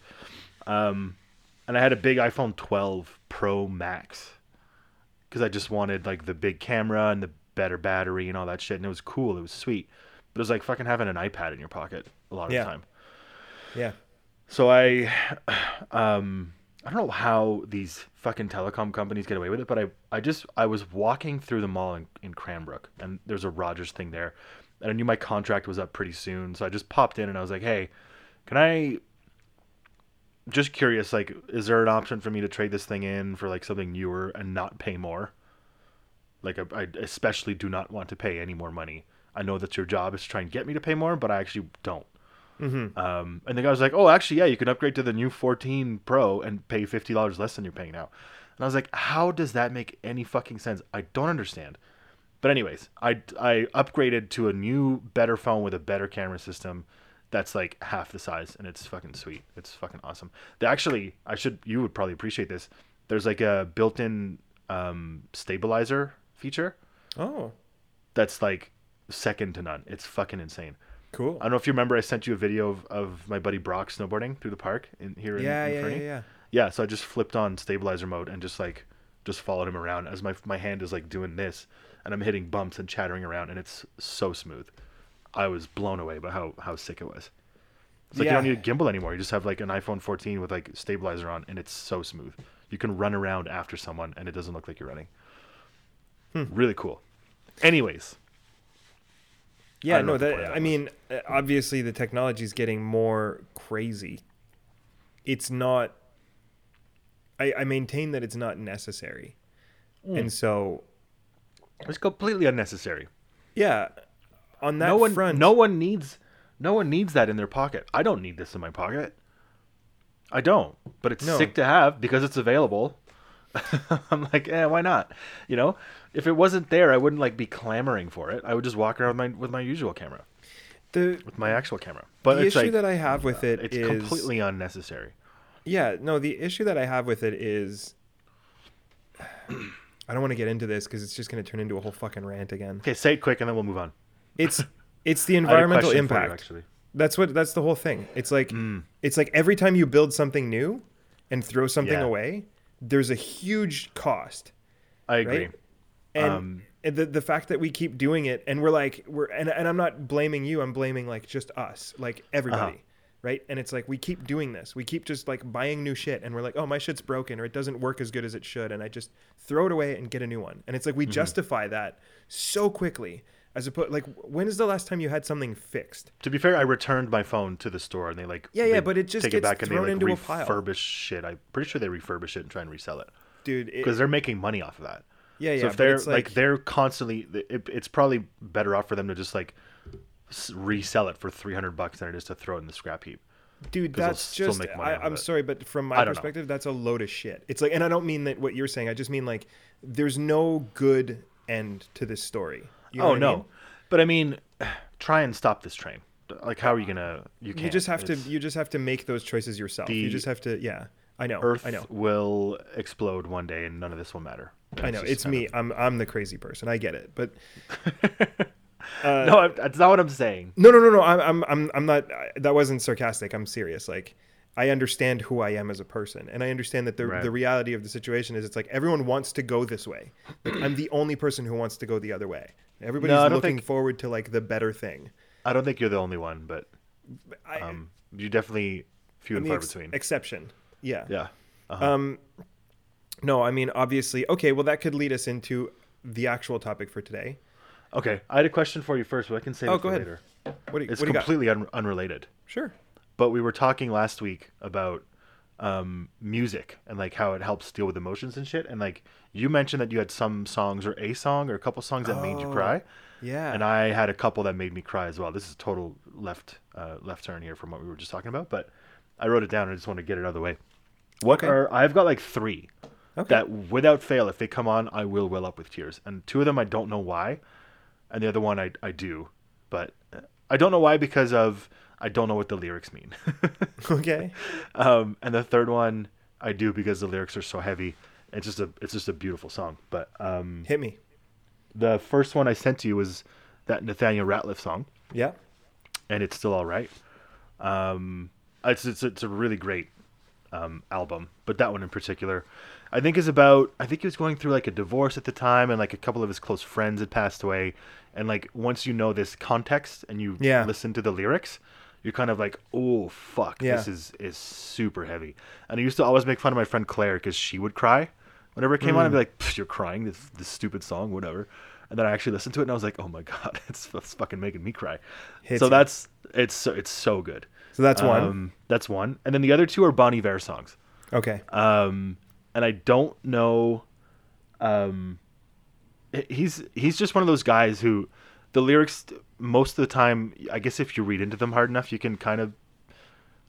Speaker 1: Um, and I had a big iPhone 12 Pro Max because I just wanted like the big camera and the better battery and all that shit, and it was cool, it was sweet, but it was like fucking having an iPad in your pocket a lot of
Speaker 2: Yeah.
Speaker 1: the time.
Speaker 2: yeah.
Speaker 1: So I, um, I don't know how these fucking telecom companies get away with it, but I, I just, I was walking through the mall in, in Cranbrook and there's a Rogers thing there and I knew my contract was up pretty soon. So I just popped in and I was like, Hey, can I just curious, like, is there an option for me to trade this thing in for like something newer and not pay more? Like, I, I especially do not want to pay any more money. I know that your job is to try and get me to pay more, but I actually don't. Um, and the guy was like, "Oh, actually, yeah, you can upgrade to the new 14 Pro and pay fifty dollars less than you're paying now." And I was like, "How does that make any fucking sense? I don't understand." But anyways, I I upgraded to a new, better phone with a better camera system. That's like half the size, and it's fucking sweet. It's fucking awesome. They actually, I should, you would probably appreciate this. There's like a built-in um, stabilizer feature
Speaker 2: Oh,
Speaker 1: that's like second to none. It's fucking insane.
Speaker 2: cool.
Speaker 1: I don't know if you remember, I sent you a video of, of my buddy Brock snowboarding through the park in here
Speaker 2: Yeah,
Speaker 1: in, in
Speaker 2: yeah,
Speaker 1: Fernie.
Speaker 2: yeah, yeah.
Speaker 1: Yeah, so I just flipped on stabilizer mode and just like just followed him around as my my hand is like doing this and I'm hitting bumps and chattering around and it's so smooth. I was blown away by how how sick it was. It's like
Speaker 2: Yeah.
Speaker 1: you don't need a gimbal anymore. You just have like an iPhone 14 with like stabilizer on and it's so smooth. You can run around after someone and it doesn't
Speaker 2: Hmm.
Speaker 1: look like you're running. Really cool. Anyways,
Speaker 2: Yeah,
Speaker 1: don't know
Speaker 2: no,
Speaker 1: what the
Speaker 2: that,
Speaker 1: point of that
Speaker 2: I mean, uh, obviously the technology is getting more crazy. It's not. I, I maintain that it's not necessary,
Speaker 1: Hmm.
Speaker 2: and so
Speaker 1: It's completely unnecessary.
Speaker 2: yeah, on that
Speaker 1: no one
Speaker 2: front,
Speaker 1: no one needs no one needs that in their pocket. I don't need this in my pocket. I don't, but it's
Speaker 2: No.
Speaker 1: sick to have because it's available. I'm like, eh, why not? You know, if it wasn't there, I wouldn't like be clamoring for it. I would just walk around with my with my usual camera,
Speaker 2: the,
Speaker 1: with my actual camera. But
Speaker 2: the
Speaker 1: it's
Speaker 2: issue
Speaker 1: like
Speaker 2: that I have with it
Speaker 1: it's
Speaker 2: is-
Speaker 1: completely unnecessary.
Speaker 2: Yeah, no, the issue that I have with it is I don't want to get into this because it's just going to turn into a whole fucking rant again.
Speaker 1: Okay, say it quick and then we'll move on.
Speaker 2: It's it's the
Speaker 1: I had a
Speaker 2: environmental
Speaker 1: question for you,
Speaker 2: impact.
Speaker 1: actually. Hmm.
Speaker 2: That's what that's the whole thing. It's like it's like every time you build something new and throw something
Speaker 1: Yeah.
Speaker 2: away, there's a huge cost.
Speaker 1: I agree.
Speaker 2: And
Speaker 1: Um,
Speaker 2: and the the fact that we keep doing it and we're like we're and, and I'm not blaming you, I'm blaming like just us, like everybody.
Speaker 1: Uh-huh.
Speaker 2: Right? And it's like we keep doing this. We keep just like buying new shit and we're like, "Oh, my shit's broken or it doesn't work as good as it should." And I just throw it away and get a new one. And it's like
Speaker 1: Mm-hmm.
Speaker 2: we justify that so quickly as opposed like when is the last time you had something fixed?
Speaker 1: To be fair, I returned my phone to the store and they like
Speaker 2: Yeah, yeah,
Speaker 1: they
Speaker 2: but it just gets thrown into a pile.
Speaker 1: refurbish shit. I'm pretty sure they refurbish it and try and resell it.
Speaker 2: Dude, it-
Speaker 1: because they're making money off of that. So
Speaker 2: Yeah, yeah,
Speaker 1: if
Speaker 2: but
Speaker 1: they're
Speaker 2: it's
Speaker 1: like,
Speaker 2: like-
Speaker 1: they're constantly, it, it's probably better off for them to just like s- resell it for three hundred bucks than it is to throw it in the scrap heap.
Speaker 2: dude
Speaker 1: 'cause they'll
Speaker 2: that's
Speaker 1: still
Speaker 2: just
Speaker 1: make money
Speaker 2: I,
Speaker 1: off of
Speaker 2: i'm
Speaker 1: it.
Speaker 2: sorry but from
Speaker 1: I
Speaker 2: my
Speaker 1: don't know.
Speaker 2: perspective that's a load of shit it's like and i don't mean that what you're saying i just mean like there's no good end to this story You know
Speaker 1: oh
Speaker 2: what I
Speaker 1: no,
Speaker 2: mean?
Speaker 1: but I mean, try and stop this train. Like, how are you gonna? You can't.
Speaker 2: you just have
Speaker 1: It's-
Speaker 2: to you just have to make those choices yourself
Speaker 1: The
Speaker 2: you just have to yeah i know
Speaker 1: Earth
Speaker 2: i know
Speaker 1: will explode one day, and none of this will matter.
Speaker 2: i know
Speaker 1: just
Speaker 2: it's
Speaker 1: kind
Speaker 2: me i'm i'm the crazy person i get it but
Speaker 1: of- no, I- that's not what I'm saying.
Speaker 2: no no no no i'm i'm i'm, I'm not I, that wasn't sarcastic i'm serious like I understand who I am as a person, and I understand that the,
Speaker 1: Right.
Speaker 2: the reality of the situation is it's like everyone wants to go this way. Like, I'm the only person who wants to go the other way. Everybody's
Speaker 1: No, I don't
Speaker 2: looking
Speaker 1: think-
Speaker 2: forward to like the better thing.
Speaker 1: I don't think you're the only one, but
Speaker 2: I,
Speaker 1: um, you definitely few and
Speaker 2: the
Speaker 1: far
Speaker 2: ex-
Speaker 1: between.
Speaker 2: exception. Yeah.
Speaker 1: yeah.
Speaker 2: No, I mean obviously. Okay, well that could lead us into the actual topic for today.
Speaker 1: Okay, I had a question for you first, but I can say
Speaker 2: Oh,
Speaker 1: that
Speaker 2: go
Speaker 1: for
Speaker 2: ahead.
Speaker 1: later.
Speaker 2: What do you,
Speaker 1: It's
Speaker 2: what do you got?
Speaker 1: completely un- unrelated.
Speaker 2: Sure.
Speaker 1: but we were talking last week about um, music and like how it helps deal with emotions and shit. And like you mentioned that you had some songs or a song or a couple songs that
Speaker 2: Oh.
Speaker 1: made you cry.
Speaker 2: Yeah.
Speaker 1: And I had a couple that made me cry as well. This is a total left uh, left turn here from what we were just talking about, but I wrote it down. I just want to get it out of the way. What
Speaker 2: Okay.
Speaker 1: are I've got like three
Speaker 2: Okay.
Speaker 1: that without fail, if they come on, I will well up with tears. And two of them I don't know why, and the other one I I do, but uh, I don't know why because of I don't know what the lyrics mean.
Speaker 2: okay.
Speaker 1: Um, and the third one I do because the lyrics are so heavy. It's just a it's just a beautiful song. But um,
Speaker 2: Hit me.
Speaker 1: the first one I sent to you was that Nathaniel Ratliff song,
Speaker 2: Yeah.
Speaker 1: and it's still all right. Um, it's it's it's a really great um, album, but that one in particular, I think is about I think he was going through like a divorce at the time, and like a couple of his close friends had passed away, and like once you know this context and you
Speaker 2: Yeah.
Speaker 1: listen to the lyrics. You're kind of like, oh fuck,
Speaker 2: Yeah.
Speaker 1: this is is super heavy. And I used to always make fun of my friend Claire because she would cry whenever it came on. I'd
Speaker 2: Mm.
Speaker 1: be like, "Pff, you're crying this this stupid song, whatever. And then I actually listened to it and I was like, oh my god, it's, it's fucking making me cry.
Speaker 2: Hits
Speaker 1: so
Speaker 2: you.
Speaker 1: that's it's so it's so good.
Speaker 2: So that's one.
Speaker 1: Um, that's one. And then the other two are Bonnie Vare songs.
Speaker 2: Okay.
Speaker 1: Um, and I don't know. Um, h- he's he's just one of those guys who the lyrics most of the time. I guess if you read into them hard enough, you can kind of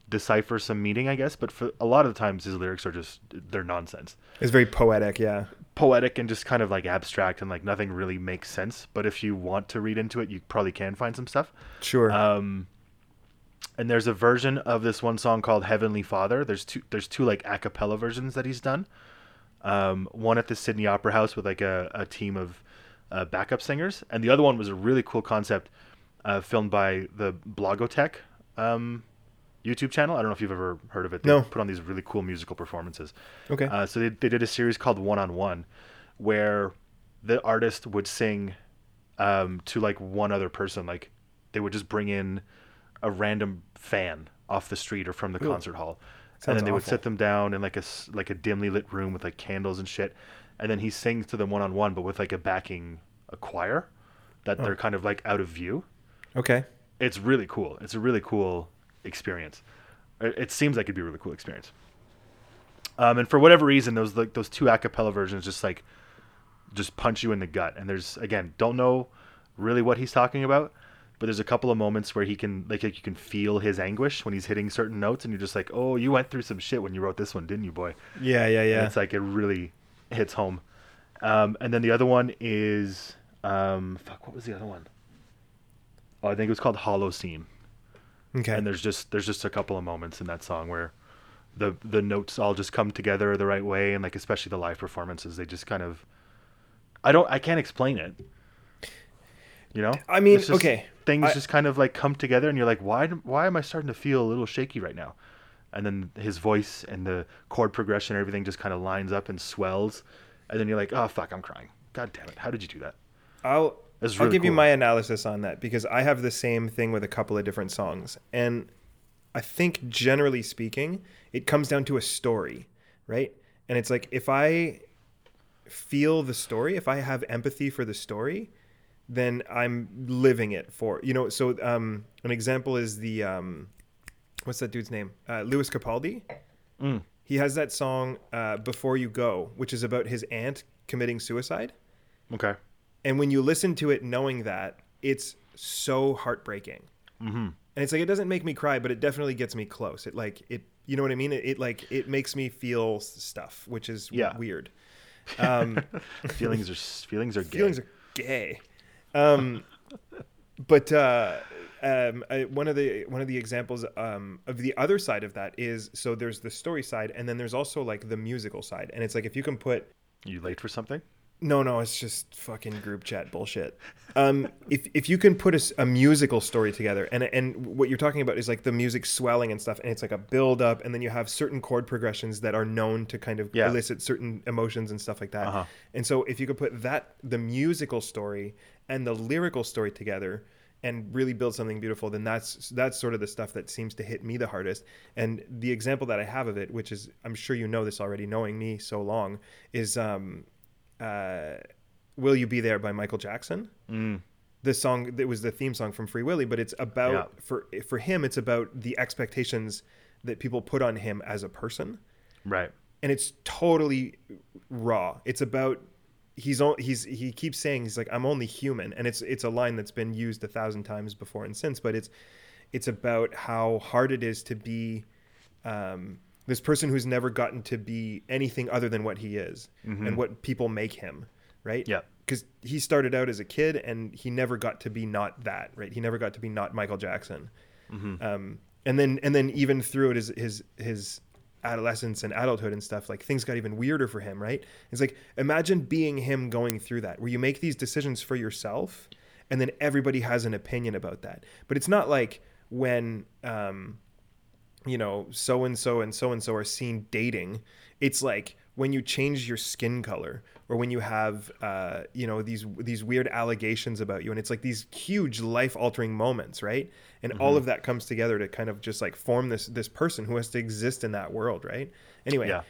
Speaker 1: decipher some meaning. I guess, but for a lot of the times, his lyrics are just they're nonsense,
Speaker 2: it's very poetic. Yeah.
Speaker 1: poetic, and just kind of like abstract, and like nothing really makes sense. But if you want to read into it, you probably can find some stuff
Speaker 2: Sure.
Speaker 1: uh, and there's a version of this one song called Heavenly Father. There's two there's two like a cappella versions that he's done. Um, one at the Sydney Opera House with like a, a team of uh, backup singers, and the other one was a really cool concept uh, filmed by the Blogotech um, YouTube channel. I don't know if you've ever heard of it. They
Speaker 2: No.
Speaker 1: put on these really cool musical performances.
Speaker 2: Okay.
Speaker 1: Uh, so they, they did a series called One on One, where the artist would sing um, to like one other person. Like they would just bring in a random fan off the street or from the concert hall, and
Speaker 2: Sounds
Speaker 1: then they would
Speaker 2: awful.
Speaker 1: sit them down in like a s- like a dimly lit room with like candles and shit, and then he
Speaker 2: Oh.
Speaker 1: sings to them one on one, but with like a backing a choir that they're kind of like out of view.
Speaker 2: Okay.
Speaker 1: It's really cool. It's a really cool experience. It, it seems like it'd be a really cool experience. Um, and for whatever reason, those like those two acapella versions just like just punch you in the gut. And there's again, don't know really what he's talking about, but there's a couple of moments where he can like, like you can feel his anguish when he's hitting certain notes, and you're just like, oh, you went through some shit when you wrote this one, didn't you, boy?
Speaker 2: Yeah, yeah,
Speaker 1: And
Speaker 2: yeah.
Speaker 1: it's like it really hits home. Um, and then the other one is um, fuck, what was the other one? Oh, I think it was called Hollow Scene.
Speaker 2: okay.
Speaker 1: And there's just there's just a couple of moments in that song where the the notes all just come together the right way, and like especially the live performances, they just kind of I don't I can't explain it. You know,
Speaker 2: I mean,
Speaker 1: It's just-
Speaker 2: okay,
Speaker 1: things
Speaker 2: I-
Speaker 1: just kind of like come together, and you're like, why do- why am I starting to feel a little shaky right now? And then his voice and the chord progression, and everything just kind of lines up and swells, and then you're like, oh fuck, I'm crying. God damn it, how did you do that?
Speaker 2: I'll
Speaker 1: That's
Speaker 2: I'll
Speaker 1: really
Speaker 2: give you
Speaker 1: cool.
Speaker 2: my analysis on that because I have the same thing with a couple of different songs, and I think generally speaking, it comes down to a story, right? And it's like if I feel the story, if I have empathy for the story, then I'm living it for you know. So um, an example is the um, what's that dude's name? Uh, Louis Capaldi.
Speaker 1: Mm.
Speaker 2: He has that song uh, "Before You Go," which is about his aunt committing suicide.
Speaker 1: Okay,
Speaker 2: And when you listen to it knowing that, it's so heartbreaking. Mm-hmm. And it's like it doesn't make me cry, but it definitely gets me close. It like it, you know what I mean? It, it like it makes me feel s- stuff, which is
Speaker 1: Yeah.
Speaker 2: weird.
Speaker 1: feelings are feelings are gay.
Speaker 2: Feelings are gay. Um, but uh, um, I, one of the one of the examples um, of the other side of that is so there's the story side, and then there's also like the musical side, and it's like if you can put
Speaker 1: you late for something?
Speaker 2: No, no, it's just fucking group chat bullshit. Um, if if you can put a, s- a musical story together, and and what you're talking about is like the music swelling and stuff, and it's like a build up, and then you have certain chord progressions that are known to kind of
Speaker 1: Yeah.
Speaker 2: elicit certain emotions and stuff like that. And so if you could put that the musical story and the lyrical story together and really build something beautiful, then that's that's sort of the stuff that seems to hit me the hardest. And the example that I have of it, which is I'm sure you know this already, knowing me so long, is. Um, uh, "Will You Be There" by Michael Jackson. This song that was the theme song from Free Willy, but it's about
Speaker 1: Yeah.
Speaker 2: for for him, it's about the expectations that people put on him as a person,
Speaker 1: Right.
Speaker 2: and it's totally raw. It's about he's on he's he keeps saying he's like I'm only human, and it's it's a line that's been used a thousand times before and since, but it's it's about how hard it is to be um, this person who's never gotten to be anything other than what he is and what people make him, right?
Speaker 1: Yeah.
Speaker 2: Because he started out as a kid and he never got to be not that, right? He never got to be not Michael Jackson. Um, and then and then even through it, his his his adolescence and adulthood and stuff, like things got even weirder for him, right? It's like imagine being him going through that, where you make these decisions for yourself, and then everybody has an opinion about that. But it's not like when um, you know, so and so and so and so are seen dating. It's like when you change your skin color or when you have, uh, you know, these these weird allegations about you, and it's like these huge life altering moments, right? And
Speaker 1: Mm-hmm.
Speaker 2: all of that comes together to kind of just like form this this person who has to exist in that world, right? Anyway,
Speaker 1: Yeah.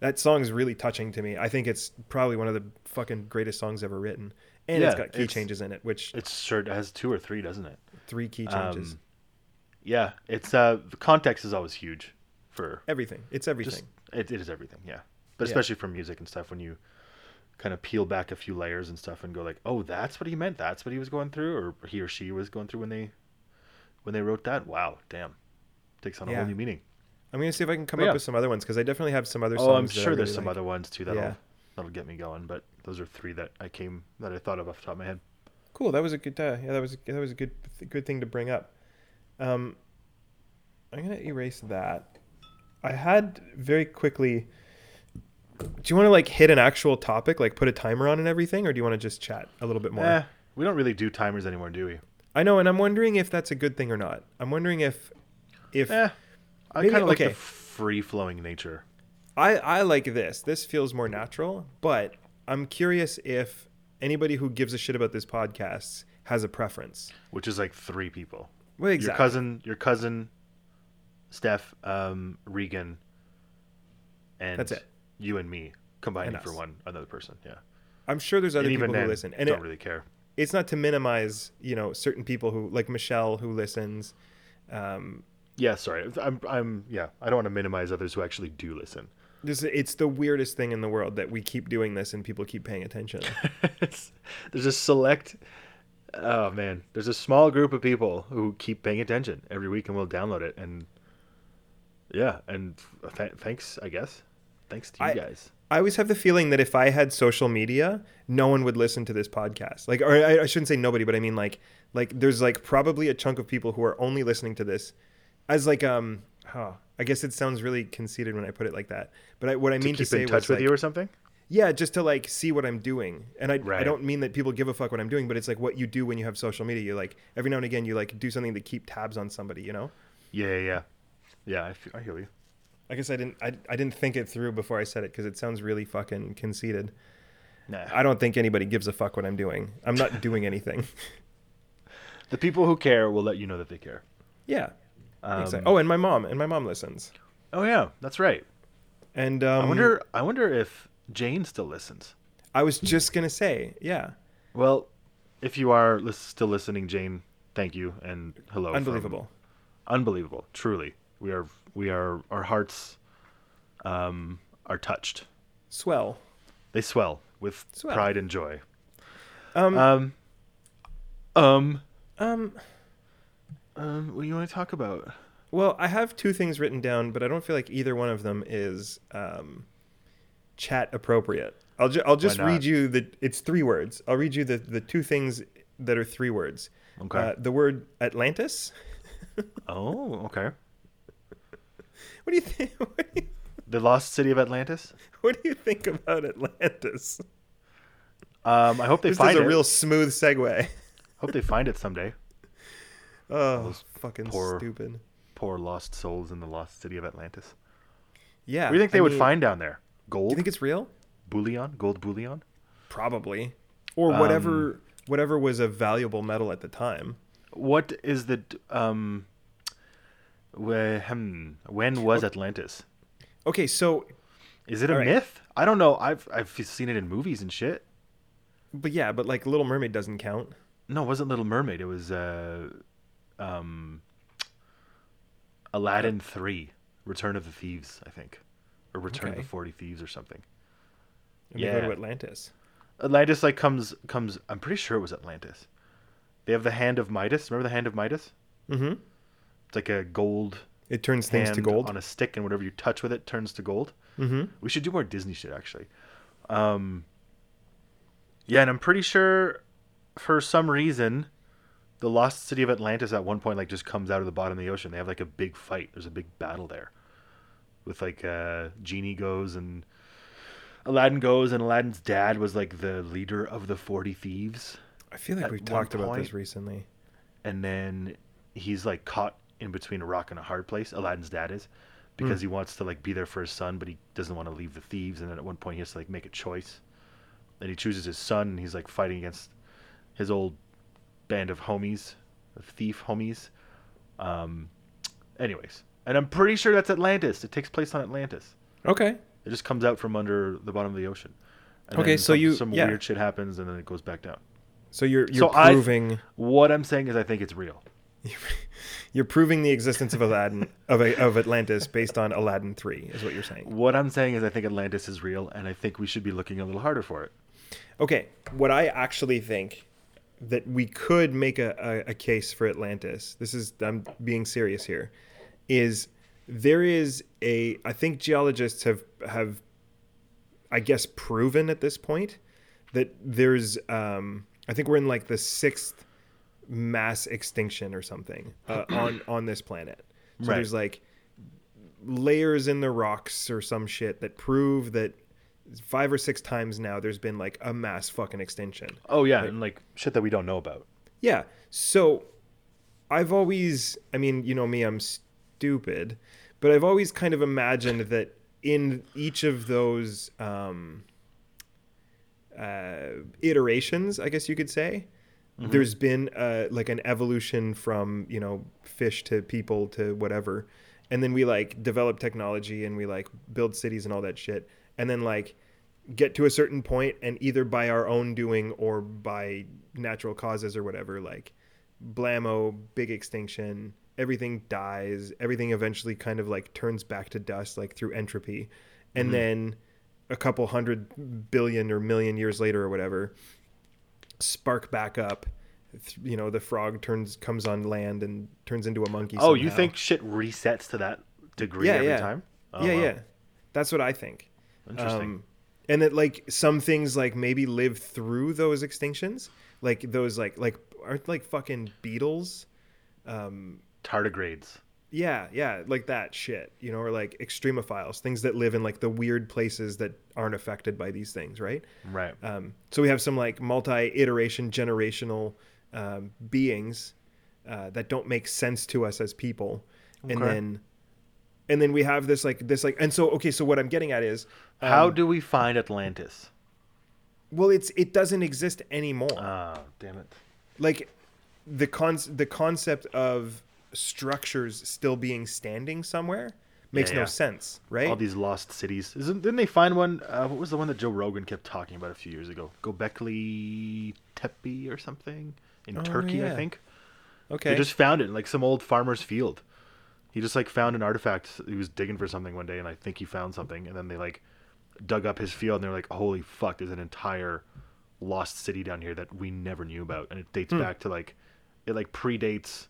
Speaker 2: that song is really touching to me. I think it's probably one of the fucking greatest songs ever written, and it's
Speaker 1: Yeah,
Speaker 2: got key
Speaker 1: it's-
Speaker 2: changes in it, which
Speaker 1: It's sure it um, has two or three, doesn't it?
Speaker 2: three key changes,
Speaker 1: Yeah, it's uh the context is always huge for
Speaker 2: everything. It's everything.
Speaker 1: just it, it is everything, yeah. But
Speaker 2: Yeah.
Speaker 1: especially for music and stuff when you kind of peel back a few layers and stuff and go like, "Oh, that's what he meant. That's what he was going through or he or she was going through when they when they wrote that." Wow, damn. Takes on a
Speaker 2: Yeah.
Speaker 1: whole new meaning.
Speaker 2: I'm gonna see if I can come
Speaker 1: But
Speaker 2: up
Speaker 1: Oh, yeah.
Speaker 2: with some other ones because I definitely have some other songs.
Speaker 1: Oh, I'm
Speaker 2: that I
Speaker 1: sure there's
Speaker 2: really
Speaker 1: some
Speaker 2: like.
Speaker 1: other ones too that'll
Speaker 2: Yeah.
Speaker 1: that'll get me going, but those are three that I came that I thought of off the top of my head.
Speaker 2: Cool. That was a good. Uh, yeah, that was that was a good good thing to bring up. Um, I'm gonna erase that. I had very quickly. Do you want to like hit an actual topic, like put a timer on and everything, or do you want to just chat a little bit more?
Speaker 1: Eh, we don't really do timers anymore, do we?
Speaker 2: I know, and I'm wondering if that's a good thing or not. I'm wondering if if
Speaker 1: Eh. I
Speaker 2: Maybe-
Speaker 1: kind of like
Speaker 2: okay.
Speaker 1: the free flowing nature.
Speaker 2: I, I like this. This feels more natural, but I'm curious if anybody who gives a shit about this podcast has a preference.
Speaker 1: which is like three people.
Speaker 2: Well,
Speaker 1: Your
Speaker 2: exactly.
Speaker 1: cousin, your cousin, Steph, um, Regan, and
Speaker 2: That's it.
Speaker 1: You and me combining
Speaker 2: And
Speaker 1: for
Speaker 2: us.
Speaker 1: one another person. Yeah,
Speaker 2: I'm sure there's other
Speaker 1: and
Speaker 2: people
Speaker 1: even
Speaker 2: who
Speaker 1: then,
Speaker 2: listen. And
Speaker 1: don't
Speaker 2: it-
Speaker 1: really care.
Speaker 2: it's not to minimize you know certain people who like Michelle who listens. Um,
Speaker 1: Yeah, sorry. I'm, I'm, yeah, I don't want to minimize others who actually do listen.
Speaker 2: this it's the weirdest thing in the world that we keep doing this and people keep paying attention.
Speaker 1: It's, there's a select, oh man, there's a small group of people who keep paying attention every week and will download it. And yeah, and th- thanks, I guess. Thanks to you
Speaker 2: I-
Speaker 1: guys.
Speaker 2: I always have the feeling that if I had social media, no one would listen to this podcast. Like, or I, I shouldn't say nobody, but I mean like, like there's like probably a chunk of people who are only listening to this as like, um, huh, I guess it sounds really conceited when I put it like that. But I, what I mean to
Speaker 1: Keep
Speaker 2: say
Speaker 1: in touch
Speaker 2: was
Speaker 1: with
Speaker 2: like,
Speaker 1: you or something?
Speaker 2: yeah, just to like see what I'm doing. And I, I
Speaker 1: Right.
Speaker 2: don't mean that people give a fuck what I'm doing, but it's like what you do when you have social media. You like every now and again, you like do something to keep tabs on somebody, you know?
Speaker 1: Yeah, yeah, yeah. Yeah, I, feel, I hear you.
Speaker 2: I guess I didn't, I, I didn't think it through before I said it because it sounds really fucking conceited.
Speaker 1: Nah.
Speaker 2: I don't think anybody gives a fuck what I'm doing. I'm not doing anything.
Speaker 1: the people who care will let you know that they care.
Speaker 2: yeah.
Speaker 1: Um,
Speaker 2: exactly. Oh, and my mom. And my mom listens.
Speaker 1: Oh yeah, that's right.
Speaker 2: And um,
Speaker 1: I wonder. I wonder if Jane still listens.
Speaker 2: I was just gonna say, yeah,
Speaker 1: Well, if you are lis- still listening, Jane, thank you and hello. from-
Speaker 2: unbelievable.
Speaker 1: unbelievable. Truly, we are. We are. Our hearts, um, are touched.
Speaker 2: Swell.
Speaker 1: They swell with
Speaker 2: Swell.
Speaker 1: pride and joy.
Speaker 2: Um,
Speaker 1: Um. Um.
Speaker 2: Um,
Speaker 1: Um. What do you want to talk about?
Speaker 2: well, I have two things written down, but I don't feel like either one of them is um, chat appropriate. I'll ju- I'll just
Speaker 1: not?
Speaker 2: read you the. It's three words. I'll read you the the two things that are three words.
Speaker 1: Okay.
Speaker 2: Uh, the word Atlantis.
Speaker 1: Oh, okay.
Speaker 2: What do you think? What do you,
Speaker 1: The lost city of Atlantis.
Speaker 2: what do you think about Atlantis?
Speaker 1: Um. I hope they
Speaker 2: This
Speaker 1: find
Speaker 2: is a
Speaker 1: it.
Speaker 2: real smooth segue.
Speaker 1: Hope they find it someday.
Speaker 2: Oh, fucking
Speaker 1: poor-
Speaker 2: stupid.
Speaker 1: Poor lost souls in the lost city of Atlantis.
Speaker 2: Yeah.
Speaker 1: What do you think they
Speaker 2: I
Speaker 1: would
Speaker 2: mean,
Speaker 1: find down there?
Speaker 2: Do
Speaker 1: Gold
Speaker 2: you think it's real?
Speaker 1: bullion, gold bullion.
Speaker 2: Probably. Or
Speaker 1: Um,
Speaker 2: whatever whatever was a valuable metal at the time.
Speaker 1: What is the d- um? wh- hmm, When was Atlantis?
Speaker 2: Okay, so
Speaker 1: Is it a
Speaker 2: All right.
Speaker 1: myth? I don't know. I've I've seen it in movies and shit.
Speaker 2: but yeah, but like Little Mermaid doesn't count.
Speaker 1: No, it wasn't Little Mermaid. It was uh, um, Aladdin
Speaker 2: Uh,
Speaker 1: three, Return of the Thieves, I think, or Return of
Speaker 2: Okay.
Speaker 1: the Forty Thieves or something.
Speaker 2: And they go
Speaker 1: Yeah.
Speaker 2: to Atlantis.
Speaker 1: Atlantis like comes comes. I'm pretty sure it was Atlantis. They have the hand of Midas. Remember the hand of Midas? Mm-hmm. It's like a gold
Speaker 2: It turns things to
Speaker 1: hand
Speaker 2: gold.
Speaker 1: on a stick, and whatever you touch with it turns to gold. Mm-hmm. We should do more Disney shit, actually. Um, yeah, and I'm pretty sure for some reason, the lost city of Atlantis at one point like just comes out of the bottom of the ocean. They have like a big fight. There's a big battle there, with like uh, genie goes and Aladdin goes, and Aladdin's dad was like the leader of the Forty Thieves
Speaker 2: I feel like
Speaker 1: at
Speaker 2: we've
Speaker 1: one
Speaker 2: talked about this
Speaker 1: point-
Speaker 2: recently.
Speaker 1: and then he's like caught in between a rock and a hard place. Aladdin's dad is because
Speaker 2: Hmm.
Speaker 1: he wants to like be there for his son, but he doesn't want to leave the thieves. And then at one point he has to like make a choice, and he chooses his son. And he's like fighting against his old band of homies, of thief homies. Um, anyways, and I'm pretty sure that's Atlantis. It takes place on Atlantis.
Speaker 2: Okay.
Speaker 1: It just comes out from under the bottom of the ocean. And
Speaker 2: Okay,
Speaker 1: then
Speaker 2: so
Speaker 1: some,
Speaker 2: you-
Speaker 1: some
Speaker 2: yeah.
Speaker 1: weird shit happens, and then it goes back down.
Speaker 2: So you're
Speaker 1: so
Speaker 2: you're proving
Speaker 1: I, what I'm saying is, I think it's real.
Speaker 2: you're proving the existence of Aladdin of a, of Atlantis based on Aladdin 3 is what you're saying.
Speaker 1: What I'm saying is, I think Atlantis is real, and I think we should be looking a little harder for it.
Speaker 2: Okay, what I actually think that we could make a, a, a case for Atlantis. This is I'm being serious here. Is there is a I think geologists have have I guess proven at this point that there's um I think we're in like the sixth mass extinction or something uh, on on this planet. So
Speaker 1: Right.
Speaker 2: there's like layers in the rocks or some shit that prove that five or six times now there's been like a mass fucking extinction.
Speaker 1: Oh yeah, and like shit that we don't know about.
Speaker 2: Yeah. So I've always, I mean, you know me, I'm stupid, but I've always kind of imagined that in each of those um, uh, iterations, I guess you could say, there's been uh, like an evolution from, you know, fish to people to whatever. And then we like develop technology and we like build cities and all that shit. And then like get to a certain point and either by our own doing or by natural causes or whatever like blammo big extinction everything dies everything eventually kind of like turns back to dust like through entropy and
Speaker 1: Mm-hmm.
Speaker 2: then a couple hundred billion or million years later or whatever spark back up Th- you know the frog turns comes on land and turns into a monkey
Speaker 1: Oh, you
Speaker 2: somehow.
Speaker 1: think shit resets to that degree every
Speaker 2: yeah.
Speaker 1: time? Oh,
Speaker 2: yeah,
Speaker 1: wow.
Speaker 2: yeah. That's what I think.
Speaker 1: Interesting.
Speaker 2: Um, and that like some things like maybe live through those extinctions, like those like like aren't like fucking beetles.
Speaker 1: Tardigrades.
Speaker 2: Yeah, yeah, like that shit, you know, or like extremophiles, things that live in like the weird places that aren't affected by these things, right?
Speaker 1: Right.
Speaker 2: Um, so we have some like multi iteration generational um, beings uh, that don't make sense to us as people, and
Speaker 1: Okay.
Speaker 2: then and then we have this like this like and so okay, so what I'm getting at is
Speaker 1: How do we find Atlantis?
Speaker 2: well, it's it doesn't exist anymore.
Speaker 1: Ah, damn it.
Speaker 2: like the con the concept of structures still being standing somewhere makes
Speaker 1: yeah.
Speaker 2: no sense, right?
Speaker 1: All these lost cities. Isn't didn't they find one? Uh, what was the one that Joe Rogan kept talking about a few years ago? Gobekli Tepe or something in Turkey, I
Speaker 2: yeah.
Speaker 1: think.
Speaker 2: okay,
Speaker 1: He just found it in like some old farmer's field. He just like found an artifact. He was digging for something one day, and I think he found something. And then they like dug up his field, and they're like, "Holy fuck! There's an entire lost city down here that we never knew about." And it
Speaker 2: Hmm.
Speaker 1: dates back to like it like predates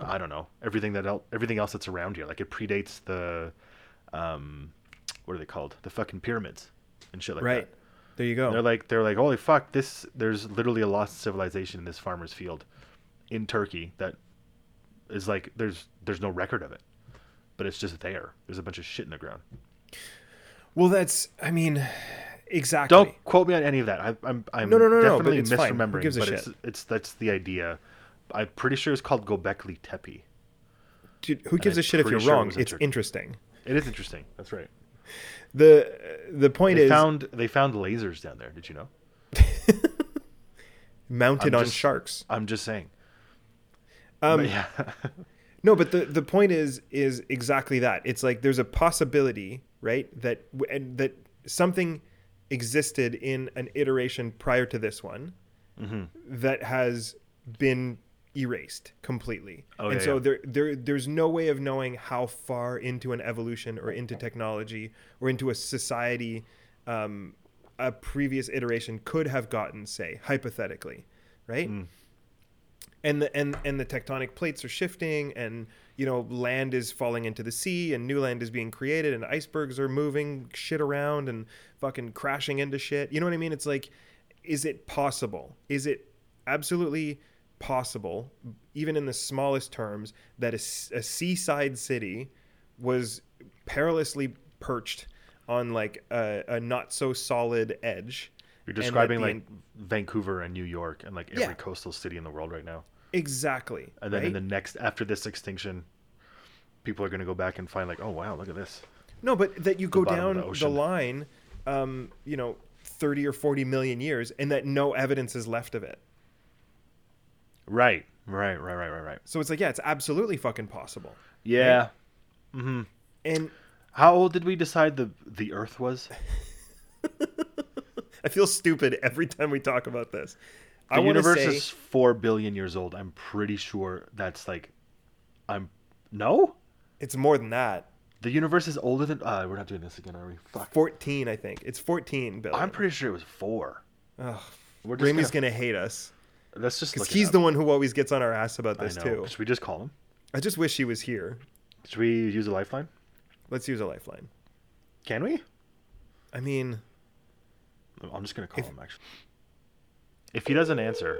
Speaker 1: I don't know everything that el- everything else that's around here. Like it predates the um what are they called? The fucking pyramids and shit like
Speaker 2: right.
Speaker 1: that.
Speaker 2: There you go.
Speaker 1: They're like they're like, holy fuck, this there's literally a lost civilization in this farmer's field in Turkey that is like there's there's no record of it. But it's just there. There's a bunch of shit in the ground.
Speaker 2: well, that's I mean, exactly.
Speaker 1: Don't quote me on any of that. I, I'm I'm
Speaker 2: No, no, no, no, but
Speaker 1: definitely
Speaker 2: it's fine. Who
Speaker 1: misremembering.
Speaker 2: gives a
Speaker 1: but
Speaker 2: shit?
Speaker 1: it's it's that's the idea. I'm pretty sure it's called Gobekli Tepe.
Speaker 2: Dude, who gives a
Speaker 1: I'm
Speaker 2: shit if
Speaker 1: pretty
Speaker 2: you're
Speaker 1: sure it
Speaker 2: wrong?
Speaker 1: was in
Speaker 2: It's
Speaker 1: Turkey.
Speaker 2: interesting.
Speaker 1: It is interesting. That's right.
Speaker 2: the The point
Speaker 1: They
Speaker 2: is
Speaker 1: found they found lasers down there. Did you know?
Speaker 2: mounted
Speaker 1: I'm
Speaker 2: on
Speaker 1: just-
Speaker 2: sharks.
Speaker 1: I'm just saying.
Speaker 2: Um,
Speaker 1: But yeah,
Speaker 2: No, but the, the point is is exactly that. It's like there's a possibility, right, that and that something existed in an iteration prior to this one
Speaker 1: Mm-hmm.
Speaker 2: that has been erased completely.
Speaker 1: Oh,
Speaker 2: and
Speaker 1: yeah,
Speaker 2: so
Speaker 1: yeah.
Speaker 2: there there there's no way of knowing how far into an evolution or into technology or into a society um, a previous iteration could have gotten, say, hypothetically, right?
Speaker 1: Mm.
Speaker 2: and the and and the tectonic plates are shifting and you know land is falling into the sea and new land is being created and icebergs are moving shit around and fucking crashing into shit you know what i mean it's like is it possible is it absolutely possible even in the smallest terms that a, s- a seaside city was perilously perched on like a, a not so solid edge
Speaker 1: you're
Speaker 2: and that
Speaker 1: describing
Speaker 2: the
Speaker 1: like
Speaker 2: en-
Speaker 1: Vancouver and New York and like every
Speaker 2: Yeah.
Speaker 1: coastal city in the world right now.
Speaker 2: exactly
Speaker 1: And then in
Speaker 2: right?
Speaker 1: the next after this extinction, people are gonna go back and find like, oh wow, look at this.
Speaker 2: No, but that you go
Speaker 1: bottom of
Speaker 2: down
Speaker 1: the
Speaker 2: the,
Speaker 1: ocean.
Speaker 2: line, um, you know, 30 or 40 million years, and that no evidence is left of it.
Speaker 1: Right, right, right, right, right, right.
Speaker 2: So it's like, yeah, it's absolutely fucking possible.
Speaker 1: Yeah.
Speaker 2: And
Speaker 1: How old did we decide the the Earth was?
Speaker 2: I feel stupid every time we talk about this. I
Speaker 1: The
Speaker 2: want to
Speaker 1: universe
Speaker 2: say,
Speaker 1: is four billion years old. I'm pretty sure that's like, I'm no.
Speaker 2: it's more than that.
Speaker 1: The universe is older than. Uh, we're not doing this again, are we? Fuck.
Speaker 2: 14, I think. It's 14 billion.
Speaker 1: I'm pretty sure it was four.
Speaker 2: Ugh.
Speaker 1: We're just
Speaker 2: Ramey's
Speaker 1: gonna,
Speaker 2: going to hate us
Speaker 1: Let's just
Speaker 2: because
Speaker 1: look.
Speaker 2: he's the one who always gets on our ass about this,
Speaker 1: I know.
Speaker 2: too.
Speaker 1: Should we just call him?
Speaker 2: I just wish he was here.
Speaker 1: Should we use a lifeline?
Speaker 2: Let's use a lifeline.
Speaker 1: Can we?
Speaker 2: I mean,
Speaker 1: I'm just gonna call him actually. If he doesn't answer,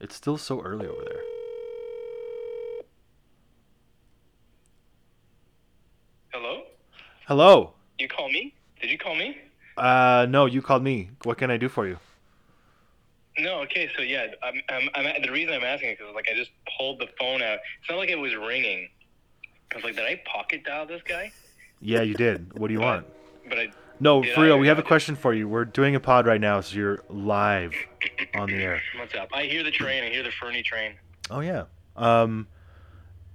Speaker 1: it's still so early over there.
Speaker 4: Hello?
Speaker 1: Hello.
Speaker 4: You call me? Did you call me?
Speaker 1: Uh, no, you called me. What can I do for you?
Speaker 4: No. Okay. So yeah, I'm. I'm. I'm the reason I'm asking is because like I just pulled the phone out. It's not like it was ringing. I was like, did I pocket dial this guy?
Speaker 1: Yeah, you did. What do you want?
Speaker 4: But I.
Speaker 1: No,
Speaker 4: Did
Speaker 1: for real.
Speaker 4: I-
Speaker 1: We have a question for you. We're doing a pod right now, so you're live on the air.
Speaker 4: What's up? I hear the train. I hear the Fernie train.
Speaker 1: Oh yeah. Um,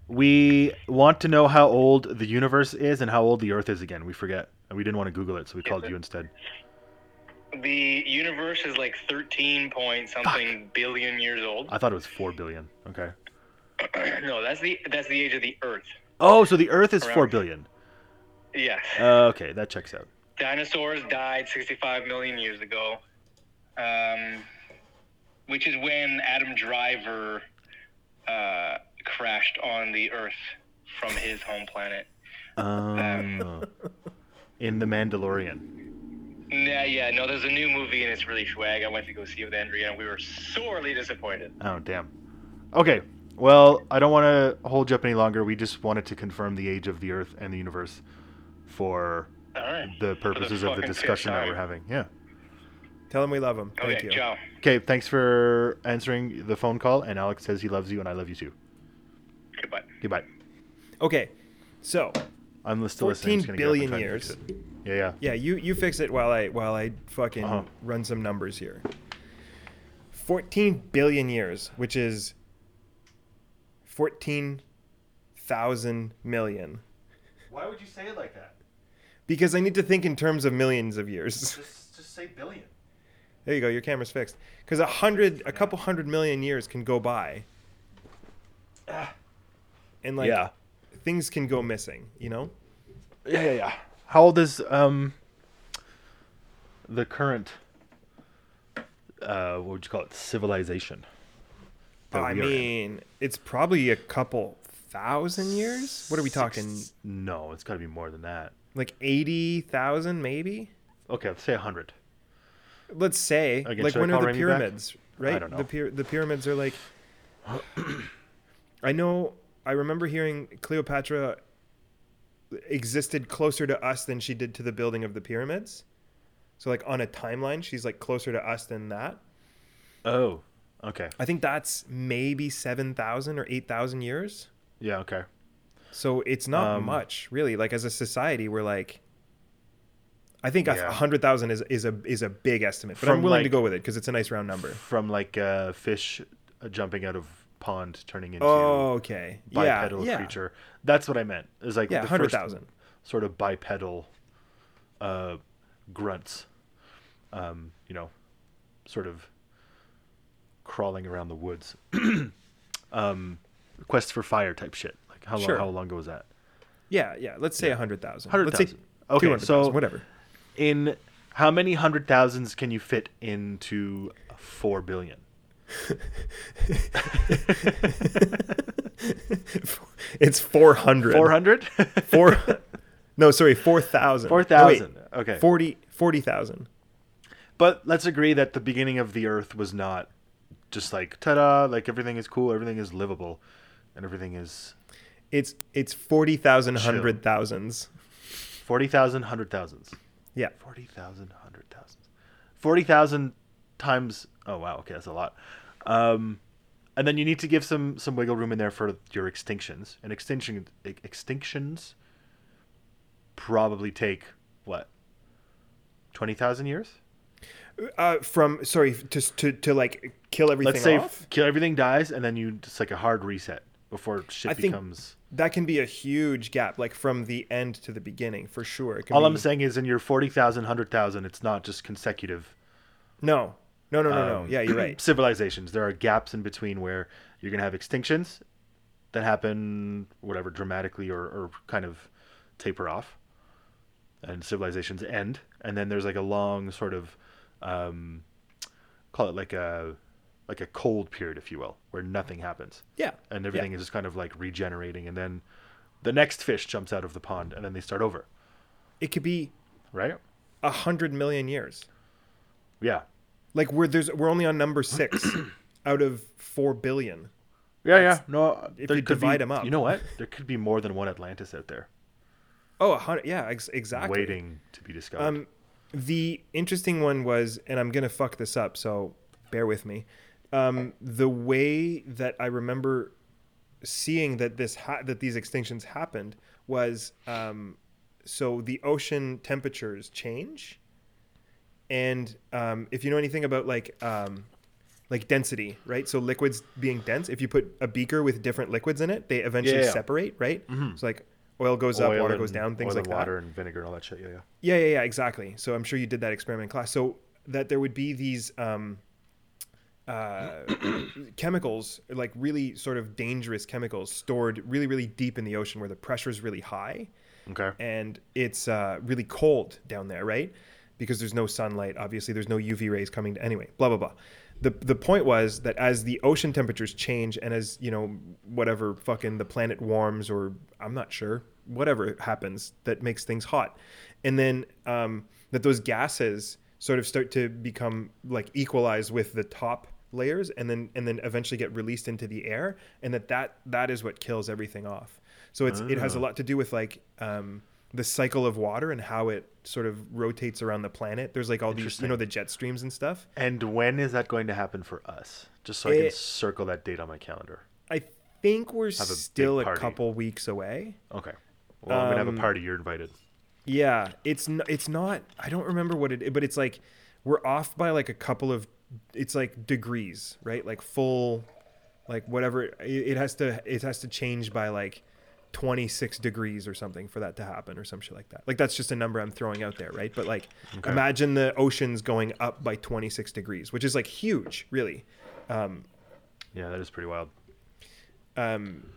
Speaker 1: we want to know how old the universe is and how old the Earth is again. We forget. And we didn't want to Google it, so we called you instead.
Speaker 4: The universe is like 13 point something billion years old.
Speaker 1: I thought it was four billion. Okay.
Speaker 4: no, that's the that's the age of the Earth.
Speaker 1: Oh, so the Earth is
Speaker 4: Around.
Speaker 1: four billion.
Speaker 4: Yes.
Speaker 1: Uh, okay, that checks out.
Speaker 4: Dinosaurs died 65 million years ago, um, which is when Adam Driver uh, crashed on the Earth from his home planet.
Speaker 1: Um, in the Mandalorian.
Speaker 4: Yeah, yeah, no, there's a new movie and it's really swag. I went to go see it with Andrea and we were sorely disappointed.
Speaker 1: Oh damn. Okay. Well, I don't want to hold you up any longer. We just wanted to confirm the age of the Earth and the universe for
Speaker 4: All right.
Speaker 1: the purposes of the
Speaker 4: fucking fifth
Speaker 1: discussion that
Speaker 4: time.
Speaker 1: we're having. Yeah.
Speaker 2: Tell him we love him. Thank
Speaker 4: Okay,
Speaker 2: you.
Speaker 4: ciao.
Speaker 1: Okay. Thanks for answering the phone call. And Alex says he loves you, and I love you too.
Speaker 4: Goodbye.
Speaker 1: Goodbye.
Speaker 2: Okay, so
Speaker 1: I'm li- still listening. I'm just gonna get up and
Speaker 2: 14 billion
Speaker 1: try and fix
Speaker 2: years.
Speaker 1: it. Yeah, yeah.
Speaker 2: yeah, you you fix it while I while I fucking
Speaker 1: Uh-huh.
Speaker 2: run some numbers here. Fourteen billion years, which is fourteen thousand million,
Speaker 1: Why would you say it like that?
Speaker 2: because I need to think in terms of millions of years.
Speaker 1: Just, just say billion.
Speaker 2: There you go. Your camera's fixed. Because a hundred, a couple hundred million years can go by, and like
Speaker 1: Yeah.
Speaker 2: things can go missing. You know,
Speaker 1: Yeah, yeah, yeah. How old is um the current uh what would you call it civilization? that
Speaker 2: I
Speaker 1: we are in?
Speaker 2: mean, it's probably a couple thousand years. What are we talking?
Speaker 1: No, it's got to be more than that.
Speaker 2: Like eighty thousand, maybe.
Speaker 1: Okay, let's say hundred.
Speaker 2: Let's say,
Speaker 1: Okay,
Speaker 2: like,
Speaker 1: should I
Speaker 2: when
Speaker 1: call
Speaker 2: are the
Speaker 1: Remy back?
Speaker 2: pyramids? Right.
Speaker 1: don't know.
Speaker 2: The pyra- the pyramids are like. I know. I remember hearing Cleopatra existed closer to us than she did to the building of the pyramids. So like on a timeline, she's like closer to us than that.
Speaker 1: Oh, okay.
Speaker 2: I think that's maybe seven thousand or eight thousand years.
Speaker 1: Yeah, okay.
Speaker 2: So it's not
Speaker 1: Um,
Speaker 2: much, really. Like as a society, we're like, I think
Speaker 1: Yeah.
Speaker 2: a hundred thousand is is a is a big estimate, but I'm
Speaker 1: From,
Speaker 2: willing to
Speaker 1: like-
Speaker 2: go with it because it's a nice round number.
Speaker 1: From like uh, fish uh, jumping out of pond, turning into
Speaker 2: Oh, okay, yeah,
Speaker 1: bipedal
Speaker 2: yeah,
Speaker 1: creature. That's what I meant. It was like
Speaker 2: yeah,
Speaker 1: the
Speaker 2: hundred
Speaker 1: first
Speaker 2: thousand.
Speaker 1: sort of bipedal uh, grunts. Um, you know, sort of crawling around the woods. um, quest for fire type shit. Like how long?
Speaker 2: Sure.
Speaker 1: How long ago was that?
Speaker 2: Yeah, yeah. Let's say a hundred thousand. Let's say
Speaker 1: 100,000. Okay,
Speaker 2: 200,000,
Speaker 1: so-
Speaker 2: whatever.
Speaker 1: in how many hundred thousands can you fit into four billion?
Speaker 2: It's four hundred.
Speaker 1: Four hundred?
Speaker 2: Four. no, sorry, four thousand. Oh,
Speaker 1: 4,000, okay.
Speaker 2: Forty. Forty thousand.
Speaker 1: but let's agree that the beginning of the Earth was not just like ta-da, like everything is cool, everything is livable, and everything is
Speaker 2: It's it's forty thousand hundred thousands.
Speaker 1: forty thousand hundred thousands.
Speaker 2: Yeah.
Speaker 1: Forty thousand hundred thousands. Forty thousand times. Oh wow, okay, that's a lot. Um, and then you need to give some some wiggle room in there for your extinctions. And extinction e- extinctions probably take what twenty thousand years.
Speaker 2: Uh, from sorry to to to like kill everything
Speaker 1: Let's say
Speaker 2: off.
Speaker 1: f- kill everything dies, and then you just like a hard reset before shit
Speaker 2: I think-
Speaker 1: becomes.
Speaker 2: that can be a huge gap, like from the end to the beginning, for sure. It can
Speaker 1: All
Speaker 2: be,
Speaker 1: I'm saying is, in your forty thousand, hundred thousand, it's not just consecutive.
Speaker 2: No, no, no, no, no.
Speaker 1: um,
Speaker 2: Yeah, you're right.
Speaker 1: civilizations. There are gaps in between where you're going to have extinctions that happen, whatever, dramatically or, or kind of taper off, and civilizations end. And then there's like a long sort of, um, call it like a like a cold period, if you will, where nothing happens.
Speaker 2: Yeah,
Speaker 1: And
Speaker 2: yeah.
Speaker 1: everything is just kind of like regenerating, and then the next fish jumps out of the pond, and then they start over,
Speaker 2: It could be
Speaker 1: right?
Speaker 2: a hundred million years.
Speaker 1: Yeah.
Speaker 2: Like we're there's we're only on number six out of four billion.
Speaker 1: Yeah, yeah. No,
Speaker 2: if
Speaker 1: there
Speaker 2: you
Speaker 1: could be-
Speaker 2: divide 'em up.
Speaker 1: You know what? There could be more than one Atlantis out there.
Speaker 2: Oh, a hundred. Yeah, ex- exactly.
Speaker 1: waiting to be discovered.
Speaker 2: Um, the interesting one was, and I'm gonna fuck this up, so bear with me. Um, the way that I remember seeing that this ha- that these extinctions happened was um, so the ocean temperatures change, and um, if you know anything about like um, like density, right? So liquids being dense, if you put a beaker with different liquids in it, they eventually
Speaker 1: Yeah, yeah.
Speaker 2: separate, right? So like oil goes up,
Speaker 1: Oil
Speaker 2: water goes
Speaker 1: and-
Speaker 2: down, things
Speaker 1: oil
Speaker 2: like
Speaker 1: and
Speaker 2: that.
Speaker 1: water and vinegar and all that shit. Yeah, yeah.
Speaker 2: Yeah, yeah, yeah, exactly. So I'm sure you did that experiment in class. So that there would be these um, uh, chemicals, like really sort of dangerous chemicals, stored really, really deep in the ocean where the pressure is really high
Speaker 1: Okay.
Speaker 2: and it's uh, really cold down there, right? Because there's no sunlight. Obviously, there's no UV rays coming. To, anyway, blah blah blah. The the point was that as the ocean temperatures change and as you know whatever fucking the planet warms or I'm not sure whatever happens that makes things hot, and then um, that those gases sort of start to become like equalized with the top layers and then and then eventually get released into the air and that that that is what kills everything off so it's it
Speaker 1: Ah.
Speaker 2: has a lot to do with like um the cycle of water and how it sort of rotates around the planet there's like all these you know the jet streams and stuff
Speaker 1: And when is that going to happen for us? Just so I can
Speaker 2: It-
Speaker 1: circle that date on my calendar.
Speaker 2: i think we're
Speaker 1: a big
Speaker 2: still a
Speaker 1: party.
Speaker 2: couple weeks away
Speaker 1: Okay. Well, I'm gonna
Speaker 2: Um,
Speaker 1: have a party. You're invited.
Speaker 2: Yeah, it's n- it's not. I don't remember what it, but it's like we're off by like a couple of. It's like degrees, right? Like full, like whatever. It, it has to it has to change by like twenty six degrees or something for that to happen, or some shit like that. Like that's just a number I'm throwing out there, right? But like, imagine the oceans going up by twenty six degrees, which is like huge, really.
Speaker 1: Yeah, that is pretty wild. Um,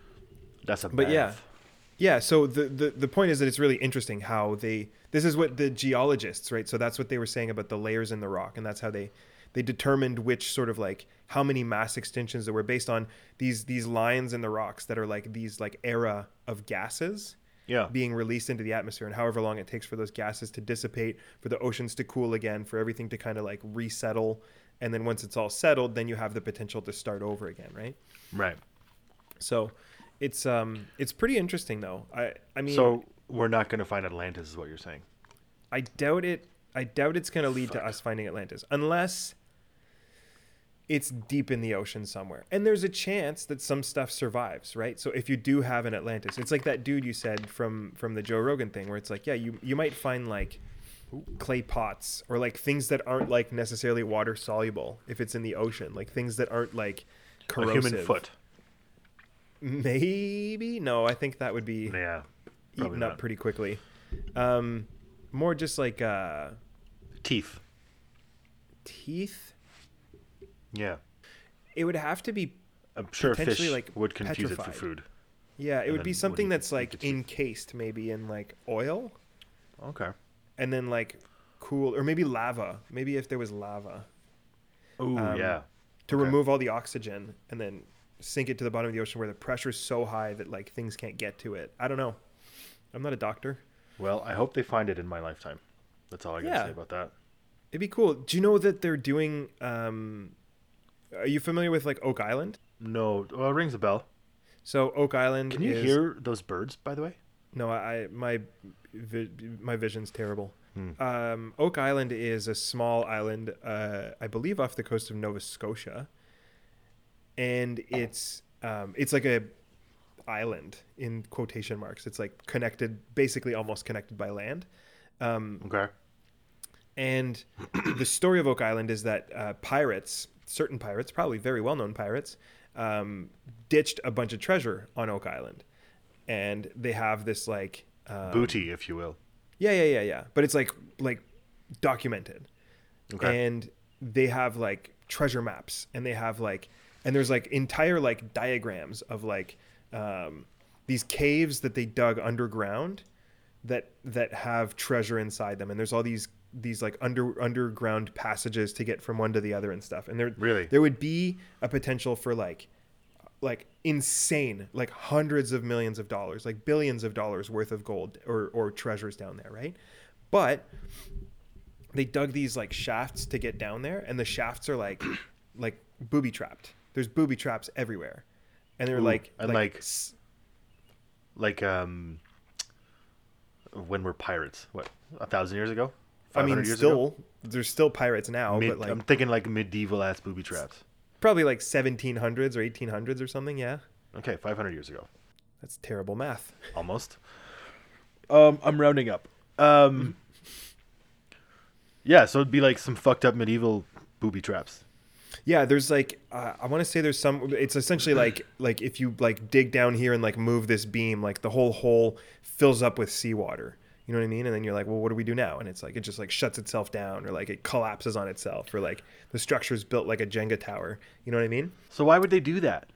Speaker 1: that's a
Speaker 2: Um, but yeah.
Speaker 1: bath.
Speaker 2: Yeah, so the, the the point is that it's really interesting how they this is what the geologists, right? So that's what they were saying about the layers in the rock and that's how they they determined which sort of like how many mass extinctions there were based on these these lines in the rocks that are like these like era of gases
Speaker 1: Yeah.
Speaker 2: being released into the atmosphere and however long it takes for those gases to dissipate, for the oceans to cool again, for everything to kind of like resettle and then once it's all settled, then you have the potential to start over again, right?
Speaker 1: Right.
Speaker 2: So it's um it's pretty interesting though. I I mean
Speaker 1: So we're not gonna find Atlantis, is what you're saying.
Speaker 2: I doubt it I doubt it's going to lead to us finding Atlantis unless it's deep in the ocean somewhere. And there's a chance that some stuff survives, right? So if you do have an Atlantis, it's like that dude you said from from the Joe Rogan thing where it's like, yeah, you you might find like clay pots or like things that aren't like necessarily water soluble if it's in the ocean, like things that aren't like corrosive.
Speaker 1: A human foot.
Speaker 2: Maybe? No, I think that would be
Speaker 1: Yeah.
Speaker 2: eaten up pretty quickly. Um, more just like uh,
Speaker 1: Teeth.
Speaker 2: teeth.
Speaker 1: Yeah.
Speaker 2: It would have to be,
Speaker 1: I'm sure
Speaker 2: Potentially,
Speaker 1: fish
Speaker 2: like,
Speaker 1: would confuse it for
Speaker 2: petrified.
Speaker 1: food.
Speaker 2: yeah, it would
Speaker 1: then
Speaker 2: be
Speaker 1: what do
Speaker 2: something
Speaker 1: you
Speaker 2: that's
Speaker 1: think
Speaker 2: like encased maybe in like oil
Speaker 1: Okay.
Speaker 2: and then like cool or maybe lava. Maybe if there was lava
Speaker 1: Ooh, yeah.
Speaker 2: to
Speaker 1: Okay.
Speaker 2: remove all the oxygen and then sink it to the bottom of the ocean where the pressure is so high that like things can't get to it. I don't know. I'm not a doctor.
Speaker 1: Well, I hope they find it in my lifetime. That's all I gotta
Speaker 2: Yeah.
Speaker 1: say about that.
Speaker 2: It'd be cool. Do you know that they're doing? Um, are you familiar with like Oak Island?
Speaker 1: No, well, it rings a bell.
Speaker 2: So Oak Island.
Speaker 1: Can you
Speaker 2: is-
Speaker 1: hear those birds, by the way?
Speaker 2: No, I I- my vi- my vision's terrible. Um, Oak Island is a small island, uh, I believe, off the coast of Nova Scotia, and it's um, it's like a island in quotation marks. It's like connected, basically almost connected by land.
Speaker 1: Okay.
Speaker 2: And the story of Oak Island is that uh, pirates, certain pirates, probably very well known pirates, um, ditched a bunch of treasure on Oak Island, and they have this like. Um,
Speaker 1: Booty, if you will.
Speaker 2: Yeah, yeah, yeah, yeah. But it's like like documented.
Speaker 1: Okay.
Speaker 2: And they have like treasure maps and they have like and there's like entire like diagrams of like um these caves that they dug underground that that have treasure inside them and there's all these these like under underground passages to get from one to the other and stuff and there
Speaker 1: Really?
Speaker 2: there would be a potential for like like insane like hundreds of millions of dollars like billions of dollars worth of gold or or treasures down there right but they dug these like shafts to get down there and the shafts are like like booby trapped there's booby traps everywhere and they're like
Speaker 1: and, like,
Speaker 2: s-
Speaker 1: Like um, when we're pirates, what a thousand years ago?
Speaker 2: i
Speaker 1: 500
Speaker 2: mean
Speaker 1: years
Speaker 2: still
Speaker 1: ago?
Speaker 2: there's still pirates now
Speaker 1: Mid- um,
Speaker 2: but like
Speaker 1: I'm thinking like medieval ass booby traps.
Speaker 2: probably like 1700s or 1800s or something yeah
Speaker 1: Okay, 500 years ago,
Speaker 2: that's terrible math
Speaker 1: almost. Um, I'm rounding up. Um, yeah, so it'd be like some fucked up medieval booby traps.
Speaker 2: Yeah, there's like uh, I want to say there's some. It's essentially like like if you like dig down here and like move this beam, like the whole hole fills up with seawater. You know what I mean? And then you're like, well, what do we do now? And it's like it just like shuts itself down, or like it collapses on itself, or like the structure's built like a Jenga tower. You know what I mean?
Speaker 1: So why would they do that?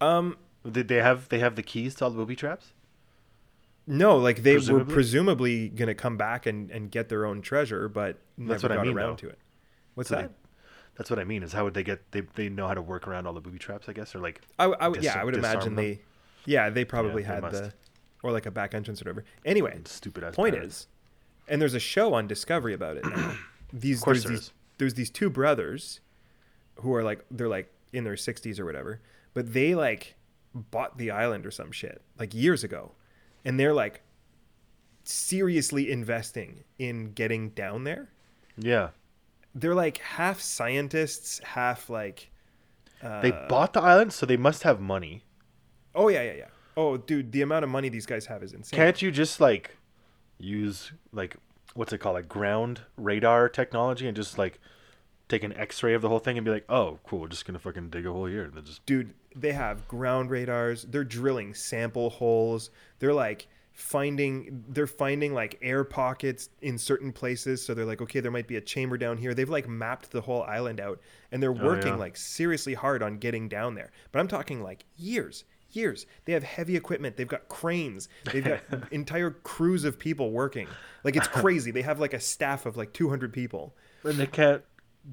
Speaker 1: Um, did they have they have the keys to all the booby traps?
Speaker 2: No, like they were
Speaker 1: Presumably?
Speaker 2: presumably gonna come back and and get their own treasure, but never
Speaker 1: what I
Speaker 2: got
Speaker 1: mean,
Speaker 2: around
Speaker 1: though.
Speaker 2: to it. What's
Speaker 1: So they-
Speaker 2: that?
Speaker 1: That's what I mean. Is how would they get they they know how to work around all the booby traps? I guess or like
Speaker 2: I, I would-
Speaker 1: dis-
Speaker 2: yeah, I would
Speaker 1: disarm
Speaker 2: imagine
Speaker 1: them?
Speaker 2: they, yeah, they probably
Speaker 1: Yeah, they
Speaker 2: had
Speaker 1: must.
Speaker 2: the, or like a back entrance or whatever. Anyway,
Speaker 1: Stupid ass
Speaker 2: point
Speaker 1: pirates.
Speaker 2: is, and there's a show on Discovery about it. Now. these
Speaker 1: course
Speaker 2: there's these
Speaker 1: there
Speaker 2: there's these two brothers, who are like they're like in their 60s or whatever, but they like bought the island or some shit like years ago, and they're like seriously investing in getting down there.
Speaker 1: yeah.
Speaker 2: They're like half scientists, half like
Speaker 1: They bought the island, so they must have money.
Speaker 2: oh yeah yeah yeah. Oh, dude, the amount of money these guys have is insane.
Speaker 1: Can't you just like use like what's it called, like ground radar technology, and just like take an X-ray of the whole thing and be like, oh, cool, we're just gonna fucking dig a hole here, and then just
Speaker 2: dude they have ground radars they're drilling sample holes they're like finding they're finding like air pockets in certain places so they're like okay there might be a chamber down here they've like mapped the whole island out and they're working
Speaker 1: yeah.
Speaker 2: like seriously hard on getting down there but i'm talking like years years they have heavy equipment they've got cranes they've got entire crews of people working like it's crazy they have like a staff of like 200 people
Speaker 1: and they can't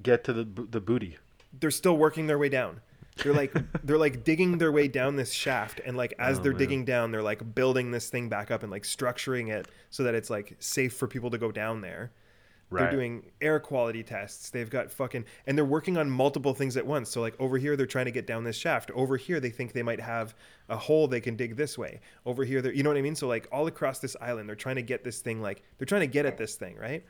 Speaker 1: get to the bo- the booty.
Speaker 2: they're still working their way down. They're like they're like digging their way down this shaft, and like as they're digging down, they're like building this thing back up and like structuring it so that it's like safe for people to go down there.
Speaker 1: Right.
Speaker 2: They're doing air quality tests. They've got fucking and they're working on multiple things at once. So like over here they're trying to get down this shaft. Over here they think they might have a hole they can dig this way. Over here they you know what I mean? So like all across this island they're trying to get this thing like they're trying to get at this thing, right?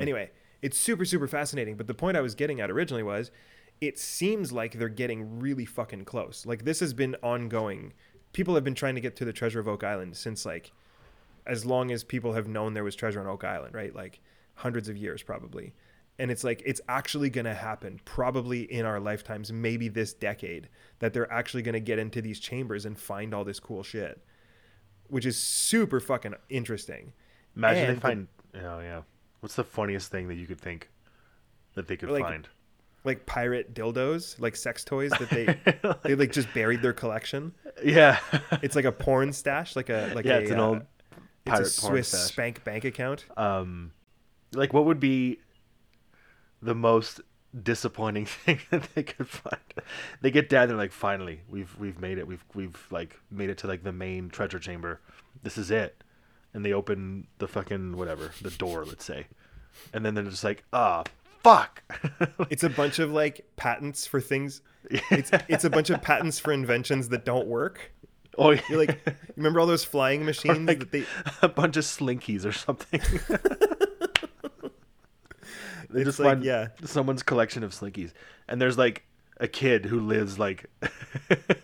Speaker 2: Anyway, it's super super fascinating, but the point I was getting at originally was it seems like they're getting really fucking close. Like this has been ongoing. People have been trying to get to the Treasure of Oak Island since like as long as people have known there was treasure on Oak Island, right? Like hundreds of years probably. And it's like it's actually going to happen probably in our lifetimes, maybe this decade that they're actually going to get into these chambers and find all this cool shit, which is super fucking interesting.
Speaker 1: Imagine
Speaker 2: And
Speaker 1: they
Speaker 2: the-
Speaker 1: find. oh yeah. What's the funniest thing that you could think that they could
Speaker 2: Like-
Speaker 1: find?
Speaker 2: Like pirate dildos, like sex toys that they they like just buried their collection.
Speaker 1: Yeah.
Speaker 2: It's like a porn stash, like a like
Speaker 1: yeah,
Speaker 2: a,
Speaker 1: it's an
Speaker 2: uh,
Speaker 1: old
Speaker 2: it's a
Speaker 1: pirate porn
Speaker 2: Swiss
Speaker 1: stash.
Speaker 2: spank bank account.
Speaker 1: like what would be the most disappointing thing that they could find they get down they're like finally we've we've made it we've we've like made it to like the main treasure chamber this is it and they open the fucking whatever the door let's say and then they're just like ah fuck
Speaker 2: It's a bunch of like patents for things. It's it's a bunch of patents for inventions that don't work.
Speaker 1: oh
Speaker 2: You're like, you remember all those flying machines that they?
Speaker 1: a bunch of slinkies or something they just
Speaker 2: like,
Speaker 1: find
Speaker 2: yeah.
Speaker 1: someone's collection of slinkies and there's like a kid who lives like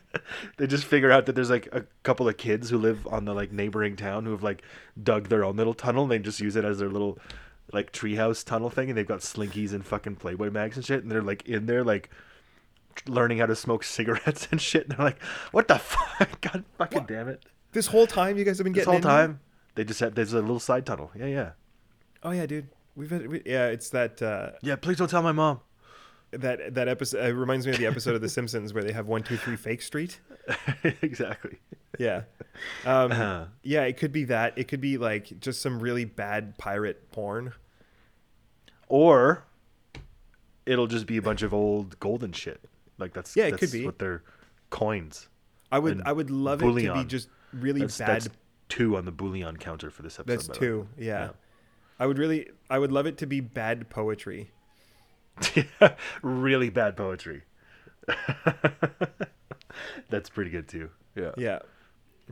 Speaker 1: they just figure out that there's like a couple of kids who live on the like neighboring town who have like dug their own little tunnel and they just use it as their little like treehouse tunnel thing and they've got slinkies and fucking playboy mags and shit and they're like in there like learning how to smoke cigarettes and shit and they're like what the fuck god fucking damn it
Speaker 2: This whole time you guys have been
Speaker 1: this
Speaker 2: getting
Speaker 1: whole
Speaker 2: in here?
Speaker 1: time they just had there's a little side tunnel yeah yeah
Speaker 2: Oh yeah, dude. We've had, we, yeah, it's that uh,
Speaker 1: yeah please don't tell my mom
Speaker 2: that that episode. It reminds me of the episode of The Simpsons where they have one, two, three, Fake Street.
Speaker 1: exactly
Speaker 2: Yeah, um,
Speaker 1: Uh-huh.
Speaker 2: yeah. It could be that. It could be like just some really bad pirate porn.
Speaker 1: or it'll just be a bunch of old golden shit. Like that's
Speaker 2: Yeah, it could
Speaker 1: that's
Speaker 2: be.
Speaker 1: what they're coins.
Speaker 2: I would
Speaker 1: And
Speaker 2: I would love it to be
Speaker 1: bullion.
Speaker 2: just really
Speaker 1: That's,
Speaker 2: bad
Speaker 1: that's two on the bullion counter for this episode.
Speaker 2: That's
Speaker 1: by the way.
Speaker 2: two. Yeah. I would really, I would love it to be bad poetry.
Speaker 1: Yeah, really bad poetry. that's pretty good too. Yeah.
Speaker 2: Yeah.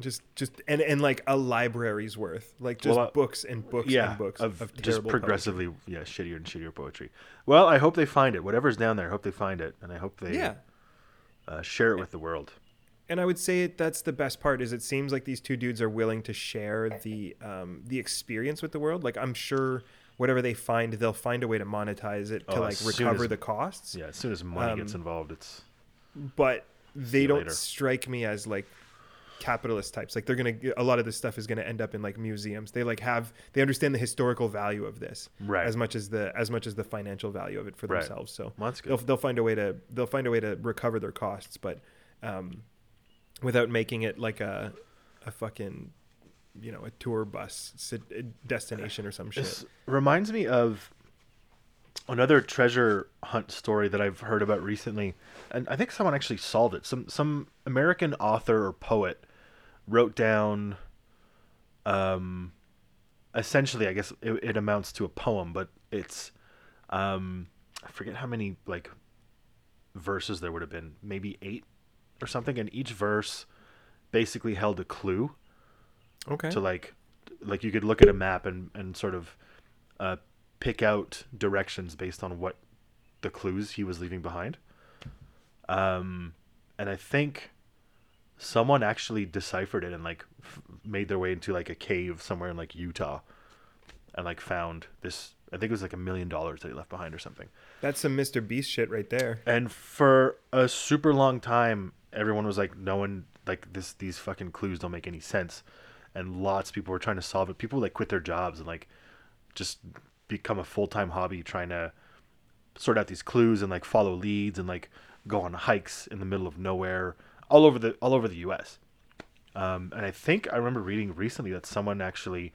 Speaker 2: Just, just, and, and like a library's worth, like just
Speaker 1: Well, uh,
Speaker 2: books and books
Speaker 1: Yeah,
Speaker 2: and books
Speaker 1: of,
Speaker 2: of,
Speaker 1: just
Speaker 2: terrible
Speaker 1: progressively, yeah, shittier and shittier poetry. Well, I hope they find it. Whatever's down there, I hope they find it, and I hope they
Speaker 2: poetry. Yeah.
Speaker 1: uh, share it with the world.
Speaker 2: And I would say it, that's the best part is it seems like these two dudes are willing to share the, um, the experience with the world. Like I'm sure whatever they find, they'll find a way to monetize it to
Speaker 1: Oh,
Speaker 2: like
Speaker 1: as soon
Speaker 2: recover
Speaker 1: as-
Speaker 2: the costs.
Speaker 1: Yeah, as soon as money gets involved, it's
Speaker 2: But they
Speaker 1: you
Speaker 2: don't
Speaker 1: later.
Speaker 2: strike me as like capitalist types. Like they're gonna a lot of this stuff is gonna end up in like museums. They like have they understand the historical value of this
Speaker 1: Right.
Speaker 2: as much as the as much as the financial value of it for
Speaker 1: Right.
Speaker 2: themselves. So
Speaker 1: Well, that's good.
Speaker 2: they'll they'll find a way to they'll find a way to recover their costs, but um, without making it like a a fucking you know a tour bus sit- destination or some shit.
Speaker 1: This reminds me of another treasure hunt story that I've heard about recently, and I think someone actually solved it. Some some American author or poet wrote down, um, essentially, I guess it, it amounts to a poem, but it's, um, I forget how many like verses there would have been, maybe eight or something, and each verse basically held a clue
Speaker 2: okay.
Speaker 1: to like like you could look at a map and and sort of uh pick out directions based on what the clues he was leaving behind um and i think someone actually deciphered it and like f- made their way into like a cave somewhere in like utah and like found this i think it was like a million dollars that he left behind or something
Speaker 2: That's some Mr. Beast shit right there.
Speaker 1: and for a super long time, everyone was like, no one like this. These fucking clues don't make any sense, and lots of people were trying to solve it. People like quit their jobs and like just become a full time hobby trying to sort out these clues and like follow leads and like go on hikes in the middle of nowhere all over the all over the U.S. Um, and I think I remember reading recently that someone actually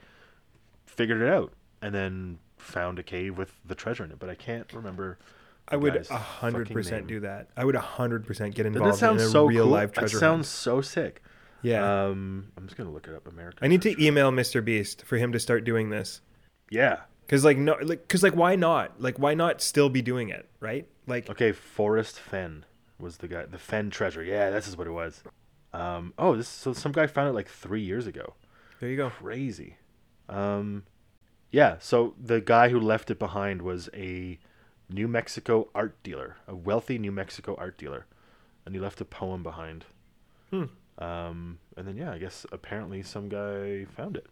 Speaker 1: figured it out and then found a cave with the treasure in it, but I can't remember.
Speaker 2: I
Speaker 1: the
Speaker 2: would
Speaker 1: guy's
Speaker 2: a hundred
Speaker 1: fucking
Speaker 2: percent
Speaker 1: name.
Speaker 2: do that. I would a hundred percent get
Speaker 1: That
Speaker 2: involved
Speaker 1: sounds
Speaker 2: in a
Speaker 1: so
Speaker 2: real
Speaker 1: cool.
Speaker 2: live
Speaker 1: that
Speaker 2: treasure.
Speaker 1: sounds so sick.
Speaker 2: hunt. yeah.
Speaker 1: Um, I'm just gonna look it up. American.
Speaker 2: I need to
Speaker 1: treasure.
Speaker 2: email Mr. Beast for him to start doing this.
Speaker 1: Yeah.
Speaker 2: Cause like no, like cause like why not? Like why not still be doing it? Right? Like
Speaker 1: Okay, Forrest Fenn was the guy. The Fenn treasure. Yeah, this is what it was. Um. Oh, this. So some guy found it like three years ago.
Speaker 2: there you go.
Speaker 1: Crazy. Um. Yeah. So the guy who left it behind was a New Mexico art dealer, a wealthy New Mexico art dealer, and he left a poem behind. Um. And then yeah, I guess apparently some guy found it.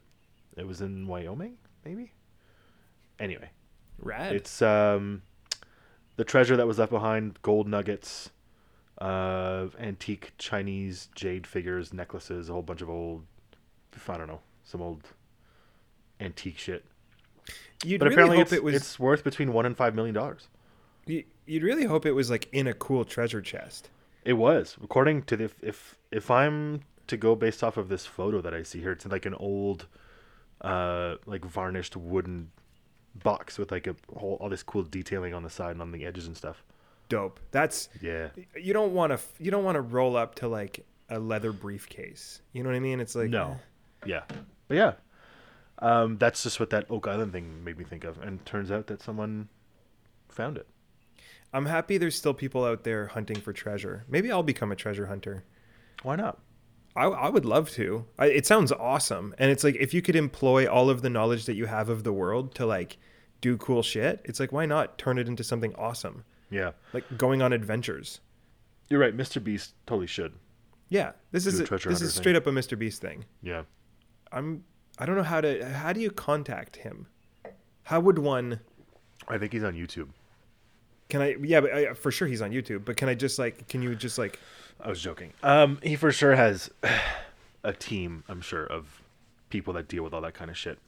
Speaker 1: It was in Wyoming, maybe. Anyway.
Speaker 2: Rad.
Speaker 1: It's um, the treasure that was left behind: gold nuggets, uh, antique Chinese jade figures, necklaces, a whole bunch of old, I don't know, some old antique shit.
Speaker 2: you'd
Speaker 1: But
Speaker 2: really
Speaker 1: apparently,
Speaker 2: hope
Speaker 1: it's,
Speaker 2: it was.
Speaker 1: it's worth between one and five million dollars.
Speaker 2: you- You'd really hope it was like in a cool treasure chest.
Speaker 1: It was, according to the if, if if I'm to go based off of this photo that I see here, it's like an old, uh, like varnished wooden box with like a whole all this cool detailing on the side and on the edges and stuff.
Speaker 2: Dope. That's
Speaker 1: Yeah.
Speaker 2: you don't want to. You don't want to roll up to like a leather briefcase. You know what I mean? It's like
Speaker 1: No. Yeah. But yeah. Um, that's just what that Oak Island thing made me think of. And turns out that someone found it.
Speaker 2: I'm happy there's still people out there hunting for treasure. Maybe I'll become a treasure hunter.
Speaker 1: Why not?
Speaker 2: I, I would love to. I, it sounds awesome, and it's like if you could employ all of the knowledge that you have of the world to like do cool shit. It's like why not turn it into something awesome,
Speaker 1: Yeah.
Speaker 2: like going on adventures.
Speaker 1: You're right. Mr. Beast totally should.
Speaker 2: Yeah, this is
Speaker 1: Do a
Speaker 2: a-
Speaker 1: treasure
Speaker 2: this
Speaker 1: hunter
Speaker 2: is
Speaker 1: thing.
Speaker 2: straight up a Mr. Beast thing.
Speaker 1: Yeah.
Speaker 2: I'm I don't know how to how do you contact him? How would one?
Speaker 1: I think he's on YouTube.
Speaker 2: Can I? Yeah, but I, for sure he's on YouTube. But can I just like? Can you just like?
Speaker 1: I was joking. Um, he for sure has a team, I'm sure, of people that deal with all that kind of shit.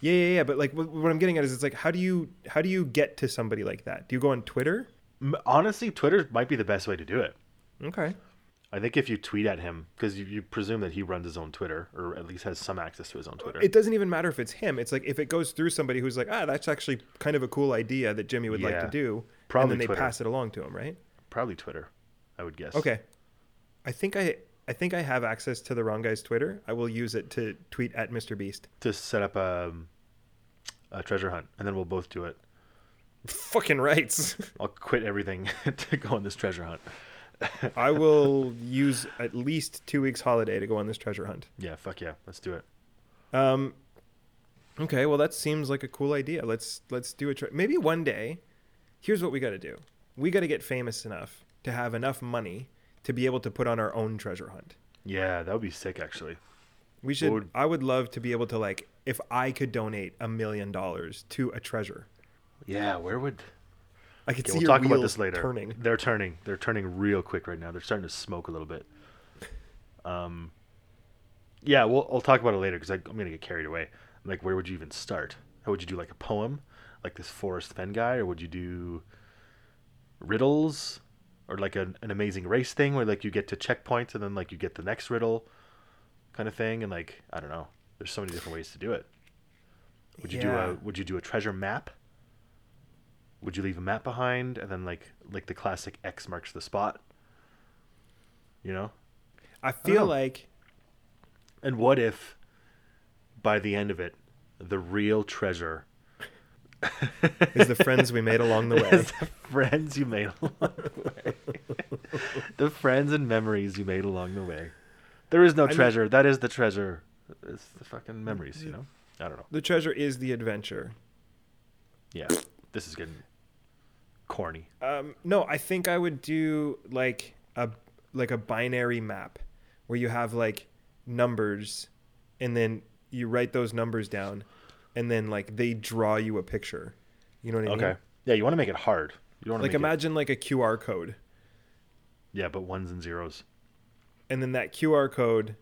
Speaker 2: Yeah, yeah, yeah. But like, what, what I'm getting at is, it's like, how do you how do you get to somebody like that? Do you go on Twitter?
Speaker 1: M- honestly, Twitter might be the best way to do it.
Speaker 2: Okay.
Speaker 1: I think if you tweet at him, because you, you presume that he runs his own Twitter, or at least has some access to his own Twitter.
Speaker 2: It doesn't even matter if it's him. It's like if it goes through somebody who's like, ah, that's actually kind of a cool idea that Jimmy would like
Speaker 1: Yeah.
Speaker 2: to do.
Speaker 1: Probably
Speaker 2: and then they
Speaker 1: Twitter.
Speaker 2: pass it along to him, right?
Speaker 1: Probably Twitter, I would guess.
Speaker 2: Okay. I think I I think I have access to the wrong guy's Twitter. I will use it to tweet at Mr. Beast.
Speaker 1: to set up a, a treasure hunt, and then we'll both do it.
Speaker 2: Fucking rights.
Speaker 1: I'll quit everything to go on this treasure hunt.
Speaker 2: I will use at least two weeks holiday to go on this treasure hunt.
Speaker 1: Yeah, fuck yeah, let's do it.
Speaker 2: Um, okay, well that seems like a cool idea. Let's let's do a try. Maybe one day. Here's what we got to do. We got to get famous enough to have enough money to be able to put on our own treasure hunt.
Speaker 1: Yeah, that would be sick actually.
Speaker 2: We should.
Speaker 1: Would-
Speaker 2: I would love to be able to like, if I could donate a million dollars to a treasure,
Speaker 1: Yeah, where would?
Speaker 2: I could
Speaker 1: Okay,
Speaker 2: see
Speaker 1: we'll
Speaker 2: your
Speaker 1: talk about
Speaker 2: wheels
Speaker 1: this later.
Speaker 2: turning.
Speaker 1: They're turning. They're turning real quick right now. They're starting to smoke a little bit. Um, yeah, we'll I'll talk about it later because I'm gonna get carried away. Like, where would you even start? How would you do like a poem, like this Forrest Fenn guy, or would you do riddles, or like an, an amazing race thing where like you get to checkpoints and then like you get the next riddle, kind of thing? And like I don't know. There's so many different ways to do it. Would you
Speaker 2: Yeah.
Speaker 1: do a Would you do a treasure map? Would you leave a map behind and then like like the classic X marks the spot? You know?
Speaker 2: I feel
Speaker 1: know.
Speaker 2: like
Speaker 1: And what if by the end of it the real treasure
Speaker 2: is the friends we made along the way.
Speaker 1: is the friends you made along the way. the friends and memories you made along the way. There is no treasure. that is the treasure. It's the fucking memories, you know? I don't know.
Speaker 2: The treasure is the adventure.
Speaker 1: Yeah. This is getting corny.
Speaker 2: Um, no, I think I would do like a like a binary map where you have like numbers and then you write those numbers down and then like they draw you a picture. You know what I mean?
Speaker 1: Yeah, you want to make it hard. You don't want
Speaker 2: Like
Speaker 1: to make
Speaker 2: imagine like a QR code
Speaker 1: it, Yeah, but ones and zeros.
Speaker 2: and then that QR code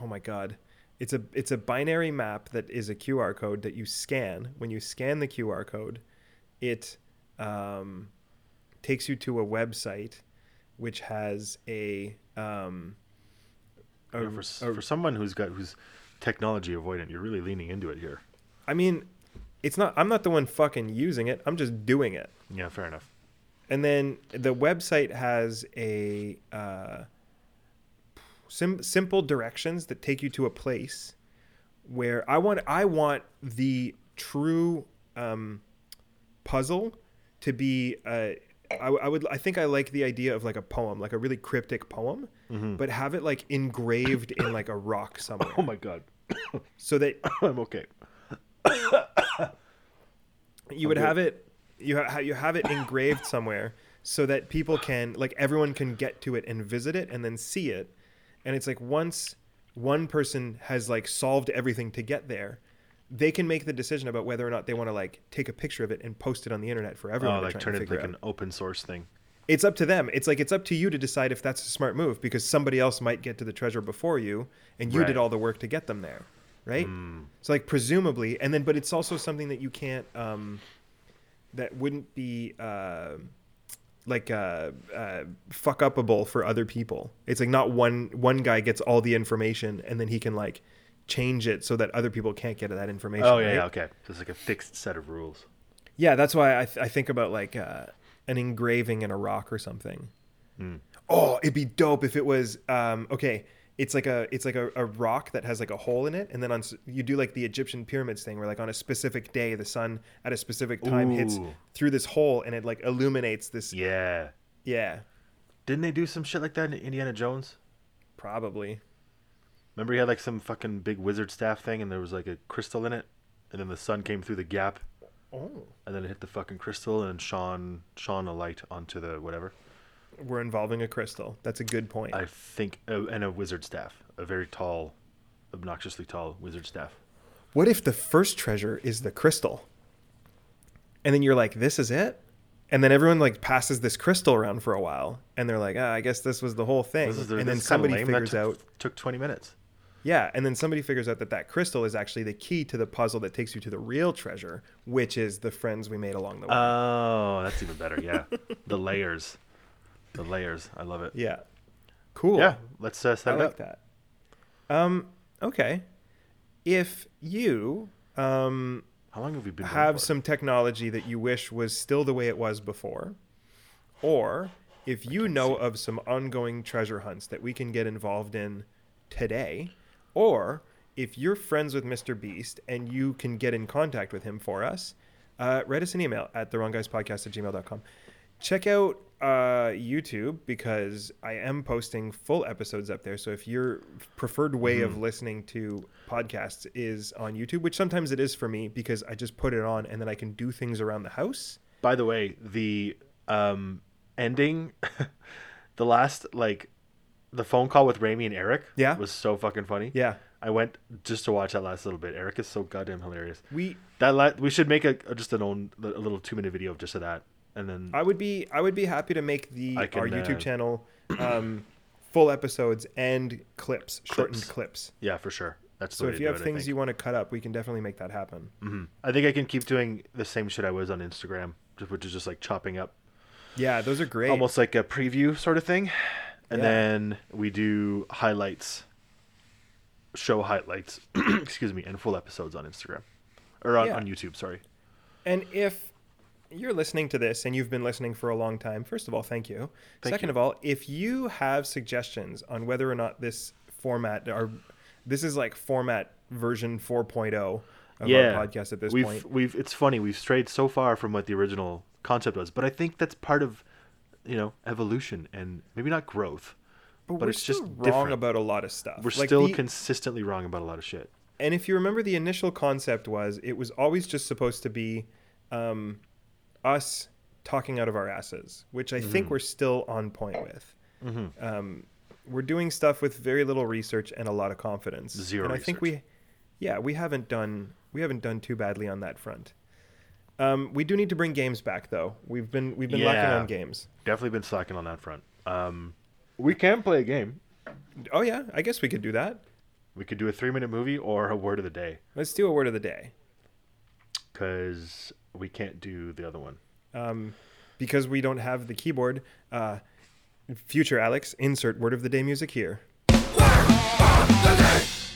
Speaker 2: Oh my god. It's a it's a binary map that is a QR code that you scan. When you scan the QR code, it um, takes you to a website which has a um,
Speaker 1: Yeah, for, s for someone who's got who's technology avoidant, you're really leaning into it here.
Speaker 2: I mean, it's not I'm not the one fucking using it. I'm just doing it.
Speaker 1: Yeah, fair enough.
Speaker 2: And then the website has a uh, sim- simple directions that take you to a place where I want I want the true um, puzzle to be. Uh, I, I would I think I like the idea of like a poem, like a really cryptic poem, but have it like engraved in like a rock somewhere,
Speaker 1: Oh my god,
Speaker 2: so that
Speaker 1: I'm okay.
Speaker 2: you would have it you ha- you have it engraved somewhere so that people can like everyone can get to it and visit it and then see it and it's like once one person has like solved everything to get there they can make the decision about whether or not they want to like take a picture of it and post it on the internet for everyone
Speaker 1: Oh,
Speaker 2: to
Speaker 1: like
Speaker 2: try
Speaker 1: turn
Speaker 2: and
Speaker 1: it
Speaker 2: figure
Speaker 1: like
Speaker 2: out.
Speaker 1: an open source thing.
Speaker 2: it's up to them it's like it's up to you to decide if that's a smart move because somebody else might get to the treasure before you and you
Speaker 1: Right. Hmm.
Speaker 2: did all the work to get them there right so like presumably and then but it's also something that you can't um, that wouldn't be uh, like uh, uh, fuck upable for other people. It's like not one one guy gets all the information and then he can like change it so that other people can't get that information.
Speaker 1: Oh yeah,
Speaker 2: right?
Speaker 1: yeah, okay. There's like a fixed set of rules.
Speaker 2: Yeah, that's why I, th- I think about like uh, an engraving in a rock or something. Oh, it'd be dope if it was um, okay. It's like a it's like a, a rock that has like a hole in it, and then on s- you do like the Egyptian pyramids thing, where like on a specific day the sun at a specific time hits
Speaker 1: Ooh.
Speaker 2: through this hole, and it like illuminates this. Yeah,
Speaker 1: Yeah. Didn't they do some shit like that in Indiana Jones?
Speaker 2: probably.
Speaker 1: Remember he had like some fucking big wizard staff thing, and there was like a crystal in it, and then the sun came through the gap,
Speaker 2: Oh,
Speaker 1: and then it hit the fucking crystal and shone shone a light onto the whatever.
Speaker 2: we're involving a crystal. That's a good point.
Speaker 1: I think, uh, and a wizard staff, a very tall, obnoxiously tall wizard staff.
Speaker 2: what if the first treasure is the crystal and then you're like this is it and then everyone like passes this crystal around for a while and they're like ah, i guess this was the whole thing
Speaker 1: This is the,
Speaker 2: and then
Speaker 1: this is kinda
Speaker 2: somebody
Speaker 1: lame. That
Speaker 2: figures
Speaker 1: took-
Speaker 2: out
Speaker 1: took 20 minutes.
Speaker 2: yeah and then somebody figures out that that crystal is actually the key to the puzzle that takes you to the real treasure which is the friends we made along the way
Speaker 1: Oh, that's even better. Yeah, the layers, the layers. I love it. Yeah,
Speaker 2: yeah cool
Speaker 1: let's uh,
Speaker 2: I
Speaker 1: set it
Speaker 2: like
Speaker 1: up.
Speaker 2: that. Um, okay. If you um,
Speaker 1: How long have we been? going
Speaker 2: have
Speaker 1: for?
Speaker 2: some technology that you wish was still the way it was before, or if you know of some ongoing treasure hunts that we can get involved in today, or if you're friends with Mr. Beast and you can get in contact with him for us, uh, write us an email at the wrong guys podcast at gmail.com. Check out uh, YouTube because I am posting full episodes up there. So if your preferred way of listening to podcasts is on YouTube, which sometimes it is for me because I just put it on and then I can do things around the house.
Speaker 1: By the way, the um ending, the last like the phone call with Rami and Eric
Speaker 2: Yeah.
Speaker 1: was so fucking funny.
Speaker 2: Yeah.
Speaker 1: I went just to watch that last little bit. Eric is so goddamn hilarious.
Speaker 2: We
Speaker 1: That la- we should make a just an own a little two minute video of just of that, and then
Speaker 2: I would be I would be happy to make the
Speaker 1: I can,
Speaker 2: our
Speaker 1: uh,
Speaker 2: YouTube channel um, full episodes and clips, shortened
Speaker 1: Clips.
Speaker 2: clips.
Speaker 1: yeah, for sure. That's the
Speaker 2: So
Speaker 1: way
Speaker 2: if
Speaker 1: to
Speaker 2: you
Speaker 1: do
Speaker 2: have
Speaker 1: it, I
Speaker 2: things
Speaker 1: think. Mm.
Speaker 2: you want to cut up, we can definitely make that happen.
Speaker 1: I think I can keep doing the same shit I was on Instagram, ju- which is just like chopping up
Speaker 2: Yeah, those are great.
Speaker 1: almost like a preview sort of thing. And
Speaker 2: Yeah.
Speaker 1: then we do highlights, show highlights, excuse me, and full episodes on Instagram or on,
Speaker 2: Yeah.
Speaker 1: on YouTube, sorry.
Speaker 2: And if you're listening to this and you've been listening for a long time, first of all, thank you. Second of all, if you have suggestions on whether or not this format or this is like format version 4.0 of our podcast at this
Speaker 1: we've,
Speaker 2: point.
Speaker 1: We've it's funny we've strayed so far from what the original concept was, but I think that's part of you know evolution and maybe not growth, but,
Speaker 2: we're
Speaker 1: it's just
Speaker 2: still wrong
Speaker 1: different.
Speaker 2: about a lot of stuff.
Speaker 1: We're
Speaker 2: Like,
Speaker 1: still
Speaker 2: the-
Speaker 1: consistently wrong about a lot of shit.
Speaker 2: and if you remember the initial concept was it was always just supposed to be um, us talking out of our asses which i
Speaker 1: Mm-hmm.
Speaker 2: think we're still on point with um, we're doing stuff with very little research and a lot of confidence
Speaker 1: Zero
Speaker 2: and i think we
Speaker 1: research.
Speaker 2: yeah we haven't done we haven't done too badly on that front um, we do need to bring games back though we've been we've been lacking
Speaker 1: Yeah.
Speaker 2: on games
Speaker 1: Definitely been slacking on that front. Um, we can play a game.
Speaker 2: oh yeah i guess we could do that
Speaker 1: We could do a three minute movie or a word of the day
Speaker 2: let's do a word of the day
Speaker 1: because we can't do the other one.
Speaker 2: um, because we don't have the keyboard. Uh, future Alex, insert word of the day music here.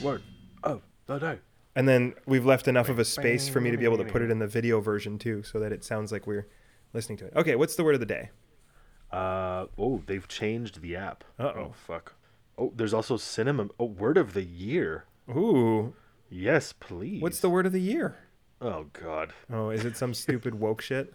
Speaker 1: Word
Speaker 2: Oh,
Speaker 1: of the day.
Speaker 2: And then we've left enough of a space for me to be able to put it in the video version too, so that it sounds like we're listening to it. Okay, what's the word of the day?
Speaker 1: Uh oh, they've changed the app.
Speaker 2: Uh-oh.
Speaker 1: Oh fuck. Oh, there's also cinema. Oh, word of the year.
Speaker 2: Ooh,
Speaker 1: Yes, please.
Speaker 2: what's the word of the year?
Speaker 1: Oh God.
Speaker 2: Oh, is it some stupid woke shit?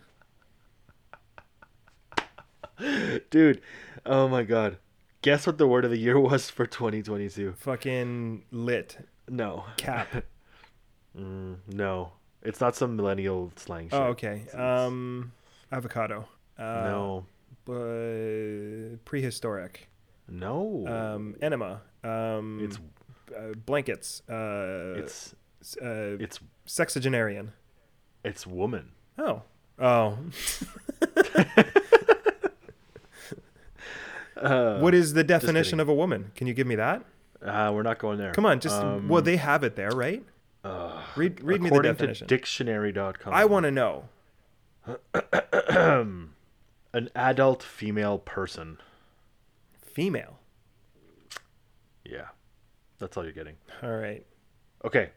Speaker 1: Dude. Oh my God. Guess what the word of the year was for 2022?
Speaker 2: Fucking lit
Speaker 1: No.
Speaker 2: cap.
Speaker 1: No. It's not some millennial slang shit.
Speaker 2: Oh, okay. Um, avocado. Uh,
Speaker 1: No.
Speaker 2: Uh, prehistoric.
Speaker 1: No.
Speaker 2: Um, enema. Um,
Speaker 1: it's
Speaker 2: uh, blankets. Uh,
Speaker 1: it's
Speaker 2: s- uh,
Speaker 1: it's
Speaker 2: sexagenarian.
Speaker 1: it's woman.
Speaker 2: Oh. Oh. what is the definition
Speaker 1: Uh, kidding.
Speaker 2: of a woman? Can you give me that?
Speaker 1: Uh, we're not going there.
Speaker 2: Come on, just
Speaker 1: Um, uh,
Speaker 2: well, they have it there, right? read read me the
Speaker 1: according
Speaker 2: definition.
Speaker 1: to dictionary.com.
Speaker 2: I want to know.
Speaker 1: an adult female person.
Speaker 2: Female.
Speaker 1: Yeah. That's all you're getting.
Speaker 2: All right.
Speaker 1: Okay.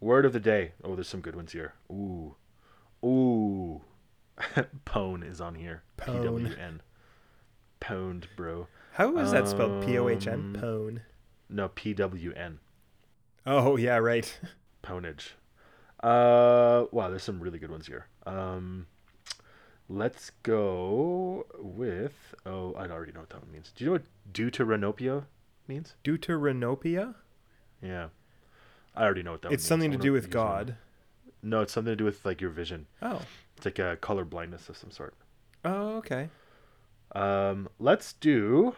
Speaker 1: Word of the day. Oh, there's some good ones here. Ooh. Ooh. Pone is on here.
Speaker 2: Pone.
Speaker 1: P-W-N. Pwned, bro.
Speaker 2: How is that
Speaker 1: Um,
Speaker 2: spelled? P O H N. Pone.
Speaker 1: No, P-W-N.
Speaker 2: Oh yeah, right.
Speaker 1: Ponage. Uh, wow, there's some really good ones here. Um, let's go with... Oh, I already know what that one means. Do you know what deuteranopia means?
Speaker 2: Deuteranopia.
Speaker 1: Yeah. I already know what that one
Speaker 2: It's
Speaker 1: means.
Speaker 2: something
Speaker 1: I'm
Speaker 2: to
Speaker 1: gonna
Speaker 2: do with
Speaker 1: use that one.
Speaker 2: God.
Speaker 1: No, it's something to do with, like, your vision.
Speaker 2: Oh.
Speaker 1: It's like a color blindness of some sort.
Speaker 2: Oh okay.
Speaker 1: Um, let's do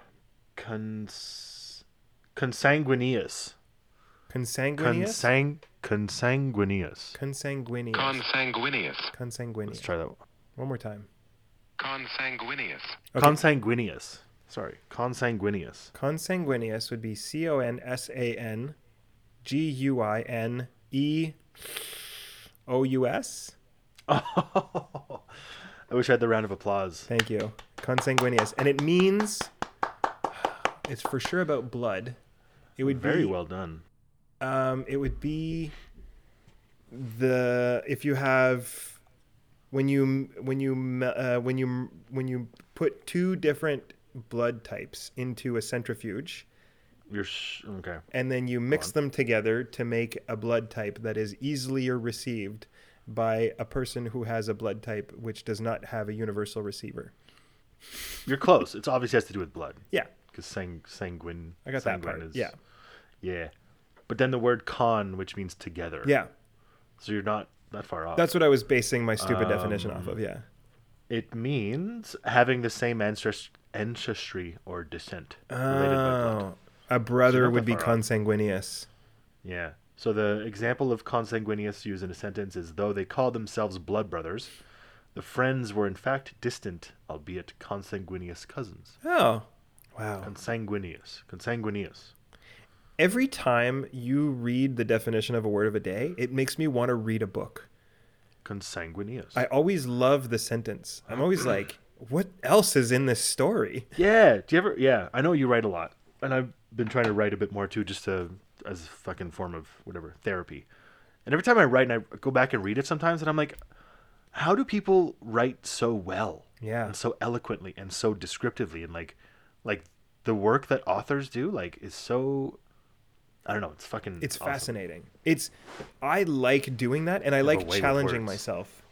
Speaker 1: cons consanguineous.
Speaker 2: Consanguineous.
Speaker 1: Consang consanguineous.
Speaker 2: Consanguineous.
Speaker 6: Consanguineous.
Speaker 1: Let's
Speaker 2: Consanguineous.
Speaker 1: try that. One.
Speaker 2: One more time.
Speaker 6: Consanguineous.
Speaker 2: Okay.
Speaker 1: Consanguineous. Sorry, consanguineous.
Speaker 2: Consanguineous would be C O N S A N G U I N E O U S.
Speaker 1: I wish I had the round of applause.
Speaker 2: Oh. Thank you. Consanguineous. And it means it's for sure about blood. It would
Speaker 1: Very
Speaker 2: be,
Speaker 1: well done.
Speaker 2: Um, it would be the if you have when you when you uh, when you when you put two different blood types into a centrifuge,
Speaker 1: You're sh- okay.
Speaker 2: and then you mix them together to make a blood type that is easier received by a person who has a blood type which does not have a universal receiver.
Speaker 1: You're close. It's obviously has to do with blood
Speaker 2: Yeah,
Speaker 1: because sang sanguine.
Speaker 2: I got that
Speaker 1: sanguine
Speaker 2: part,
Speaker 1: Is,
Speaker 2: yeah.
Speaker 1: yeah. But then the word con, which means together.
Speaker 2: yeah,
Speaker 1: So you're not that far off.
Speaker 2: that's what I
Speaker 1: Um,
Speaker 2: was basing my stupid definition off of. Yeah,
Speaker 1: It means having the same ancest- ancestry or descent related by blood.
Speaker 2: Oh, a brother
Speaker 1: not
Speaker 2: would
Speaker 1: that
Speaker 2: be
Speaker 1: far off.
Speaker 2: consanguineous.
Speaker 1: Yeah. So the example of consanguineous used in a sentence is though they called themselves blood brothers, the friends were in fact distant, albeit consanguineous cousins.
Speaker 2: Oh,
Speaker 1: Um,
Speaker 2: wow.
Speaker 1: Consanguineous. Consanguineous.
Speaker 2: Every time you read the definition of a word of a day, it makes me want to read a book.
Speaker 1: Consanguineous.
Speaker 2: I always love the sentence. I'm always like, what else is in this story?
Speaker 1: Yeah. Do you ever? Yeah. I know you write a lot, and I've been trying to write a bit more too, just to as a fucking form of whatever therapy. And every time I write, and I go back and read it sometimes, and I'm like, how do people write so well?
Speaker 2: Yeah.
Speaker 1: And so eloquently and so descriptively and like, like the work that authors do like is so. I don't know. It's fucking.
Speaker 2: It's
Speaker 1: awesome.
Speaker 2: fascinating. It's I like doing that and I
Speaker 1: a
Speaker 2: like
Speaker 1: way with
Speaker 2: challenging
Speaker 1: words.
Speaker 2: myself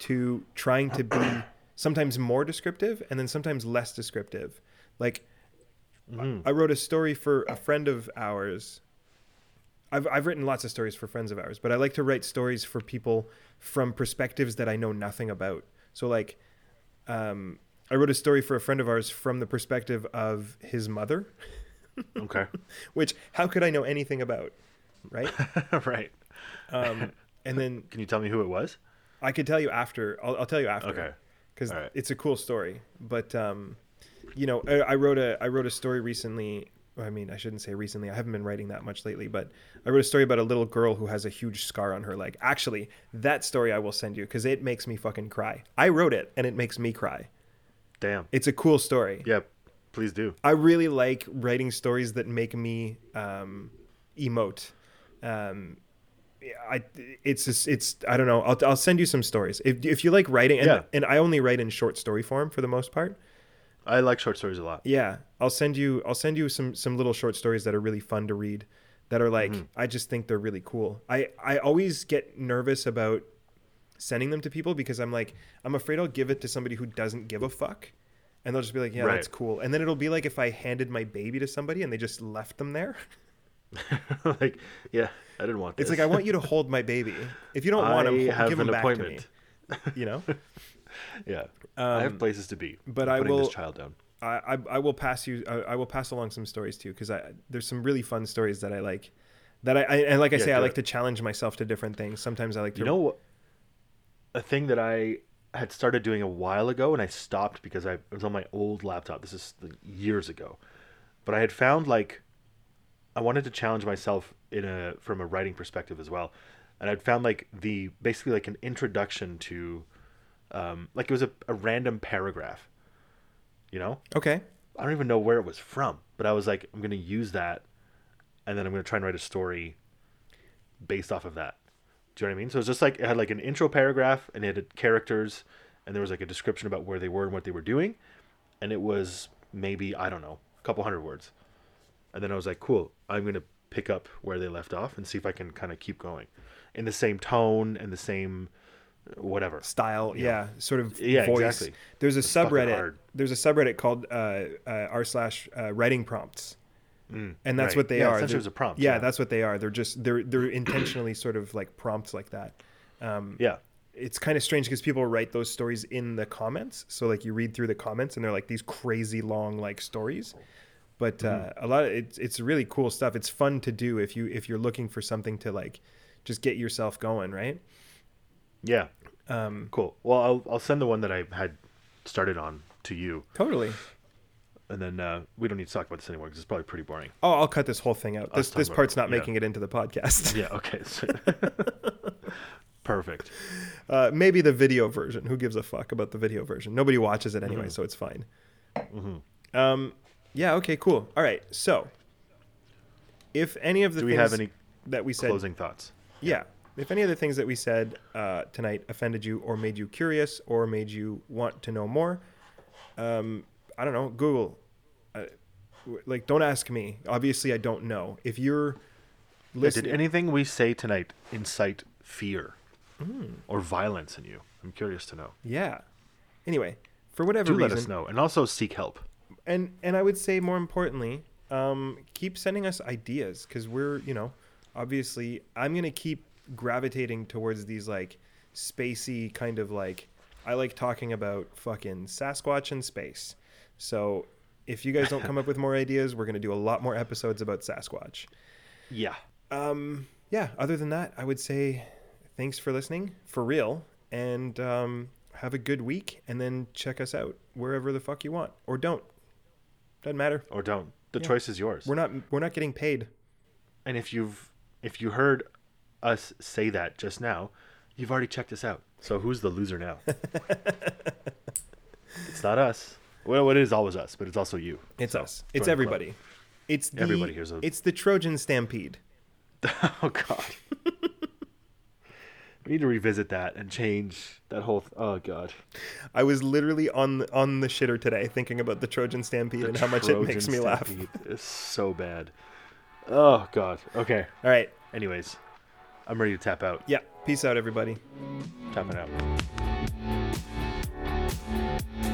Speaker 2: to trying to be sometimes more descriptive and then sometimes less descriptive. Like
Speaker 1: Mm.
Speaker 2: I wrote a story for a friend of ours. I've I've written lots of stories for friends of ours, but I like to write stories for people from perspectives that I know nothing about. So like um I wrote a story for a friend of ours from the perspective of his mother,
Speaker 1: Okay.
Speaker 2: which how could I know anything about? Right?
Speaker 1: right.
Speaker 2: Um, and then
Speaker 1: Can you tell me who it was?
Speaker 2: I could tell you after. I'll, I'll tell you after.
Speaker 1: Okay.
Speaker 2: Because
Speaker 1: All right.
Speaker 2: it's a cool story. But um, you know, I, I wrote a I wrote a story recently. I mean, I shouldn't say recently. I haven't been writing that much lately, but I wrote a story about a little girl who has a huge scar on her leg. Actually, that story I will send you because it makes me fucking cry. I wrote it and it makes me cry.
Speaker 1: Damn.
Speaker 2: It's a cool story.
Speaker 1: yeah. Please do.
Speaker 2: I really like writing stories that make me um, emote. Um, I it's just, it's I don't know. I'll, I'll send you some stories if, if you like writing. And,
Speaker 1: Yeah.
Speaker 2: and I only write in short story form for the most part.
Speaker 1: I like short stories a lot.
Speaker 2: Yeah, I'll send you I'll send you some some little short stories that are really fun to read. That are like
Speaker 1: Mm-hmm.
Speaker 2: I just think they're really cool. I I always get nervous about sending them to people because I'm like I'm afraid I'll give it to somebody who doesn't give a fuck and they'll just be like yeah
Speaker 1: Right.
Speaker 2: that's cool and then it'll be like if I handed my baby to somebody and they just left them there
Speaker 1: like, yeah. I didn't want this.
Speaker 2: it's like I want you to hold my baby if you don't want him
Speaker 1: I
Speaker 2: ho-
Speaker 1: have
Speaker 2: give
Speaker 1: an
Speaker 2: him back
Speaker 1: appointment.
Speaker 2: to me you know
Speaker 1: Yeah, I have places to be.
Speaker 2: Um, but
Speaker 1: I'm
Speaker 2: I
Speaker 1: putting
Speaker 2: will-
Speaker 1: this child down.
Speaker 2: I, I, I will pass you. I, I will pass along some stories to you because I there's some really fun stories that I like. That I, I and like I say, I
Speaker 1: do
Speaker 2: like
Speaker 1: it.
Speaker 2: to challenge myself to different things. Sometimes I like to.
Speaker 1: You know, what- a thing that I had started doing a while ago, and I stopped because I it was on my old laptop. This is like, years ago, but I had found like I wanted to challenge myself in a from a writing perspective as well, and I'd found like the basically like an introduction to, um, like it was a, a random paragraph, you know,
Speaker 2: Okay.
Speaker 1: I don't even know where it was from, but I was like, I'm gonna use that, and then I'm gonna try and write a story based off of that. Do you know what I mean? So it's just like it had like an intro paragraph, and it had characters, and there was like a description about where they were and what they were doing, and it was maybe I don't know, a couple hundred words, and then I was like, cool, I'm gonna pick up where they left off and see if I can kind of keep going, in the same tone and the same whatever.
Speaker 2: Style, yeah, sort of
Speaker 1: Yeah,
Speaker 2: voice.
Speaker 1: exactly.
Speaker 2: There's a
Speaker 1: fucking
Speaker 2: subreddit.
Speaker 1: hard.
Speaker 2: There's a subreddit called uh, uh, r slash uh, writing prompts, and that's
Speaker 1: Mm, right.
Speaker 2: what they
Speaker 1: Yeah,
Speaker 2: are.
Speaker 1: essentially
Speaker 2: They're-
Speaker 1: it was a prompt,
Speaker 2: Yeah,
Speaker 1: yeah.
Speaker 2: that's what they are. They're just they're they're intentionally sort of like prompts like that.
Speaker 1: Yeah,
Speaker 2: it's kind of strange because people write those stories in the comments. So like you read through the comments and they're like these crazy long like stories. But uh, a lot of it's it's really cool stuff. It's fun to do if you if you're looking for something to like just get yourself going, right?
Speaker 1: yeah. Um, cool. Well, I'll I'll send the one that I had started on to you.
Speaker 2: Totally.
Speaker 1: and then uh, we don't need to talk about this anymore because it's probably pretty boring.
Speaker 2: Oh, I'll cut this whole thing out. This
Speaker 1: talking
Speaker 2: this
Speaker 1: about
Speaker 2: part's
Speaker 1: it,
Speaker 2: not
Speaker 1: yeah.
Speaker 2: making it into the podcast.
Speaker 1: Yeah. Okay. so- Perfect.
Speaker 2: Uh, maybe the video version. Who gives a fuck about the video version? Nobody watches it anyway, so it's fine.
Speaker 1: Mm-hmm.
Speaker 2: Um, yeah. Okay. Cool. All right. So, if any of the
Speaker 1: Do we
Speaker 2: things
Speaker 1: have any
Speaker 2: that we said
Speaker 1: Closing thoughts.
Speaker 2: Yeah. If any of the things that we said uh, tonight offended you or made you curious or made you want to know more, um, I don't know. Google. Uh, w- like, don't ask me. Obviously, I don't know. If you're
Speaker 1: Did
Speaker 2: listening,
Speaker 1: anything we say tonight incite fear or violence in you? I'm curious to know.
Speaker 2: yeah. Anyway, for whatever
Speaker 1: Do
Speaker 2: reason,
Speaker 1: let us know, and also seek help.
Speaker 2: and and I would say more importantly, um, keep sending us ideas because we're you know obviously I'm gonna keep gravitating towards these like spacey kind of like I like talking about fucking Sasquatch in space. So if you guys don't come up with more ideas, we're going to do a lot more episodes about Sasquatch.
Speaker 1: Yeah.
Speaker 2: Yeah, other than that, I would say thanks for listening for real and um, have a good week and then check us out wherever the fuck you want or don't. Doesn't matter.
Speaker 1: Or don't. The choice is yours.
Speaker 2: We're not we're not getting paid.
Speaker 1: and if you've if you heard us say that just now, you've already checked us out. So who's the loser now? it's not us. Well, it is always us, but it's also you.
Speaker 2: It's
Speaker 1: So,
Speaker 2: us.
Speaker 1: join the
Speaker 2: It's
Speaker 1: club.
Speaker 2: everybody. It's the,
Speaker 1: Everybody here's a-
Speaker 2: It's the Trojan Stampede.
Speaker 1: Oh God. we need to revisit that and change that whole. Th- oh God.
Speaker 2: I was literally on the, on the shitter today thinking about the Trojan Stampede and how much it makes me laugh.
Speaker 1: It's so bad. Oh God. Okay.
Speaker 2: All right.
Speaker 1: Anyways, I'm ready to tap out.
Speaker 2: Yeah. Peace out everybody.
Speaker 1: Tapping out.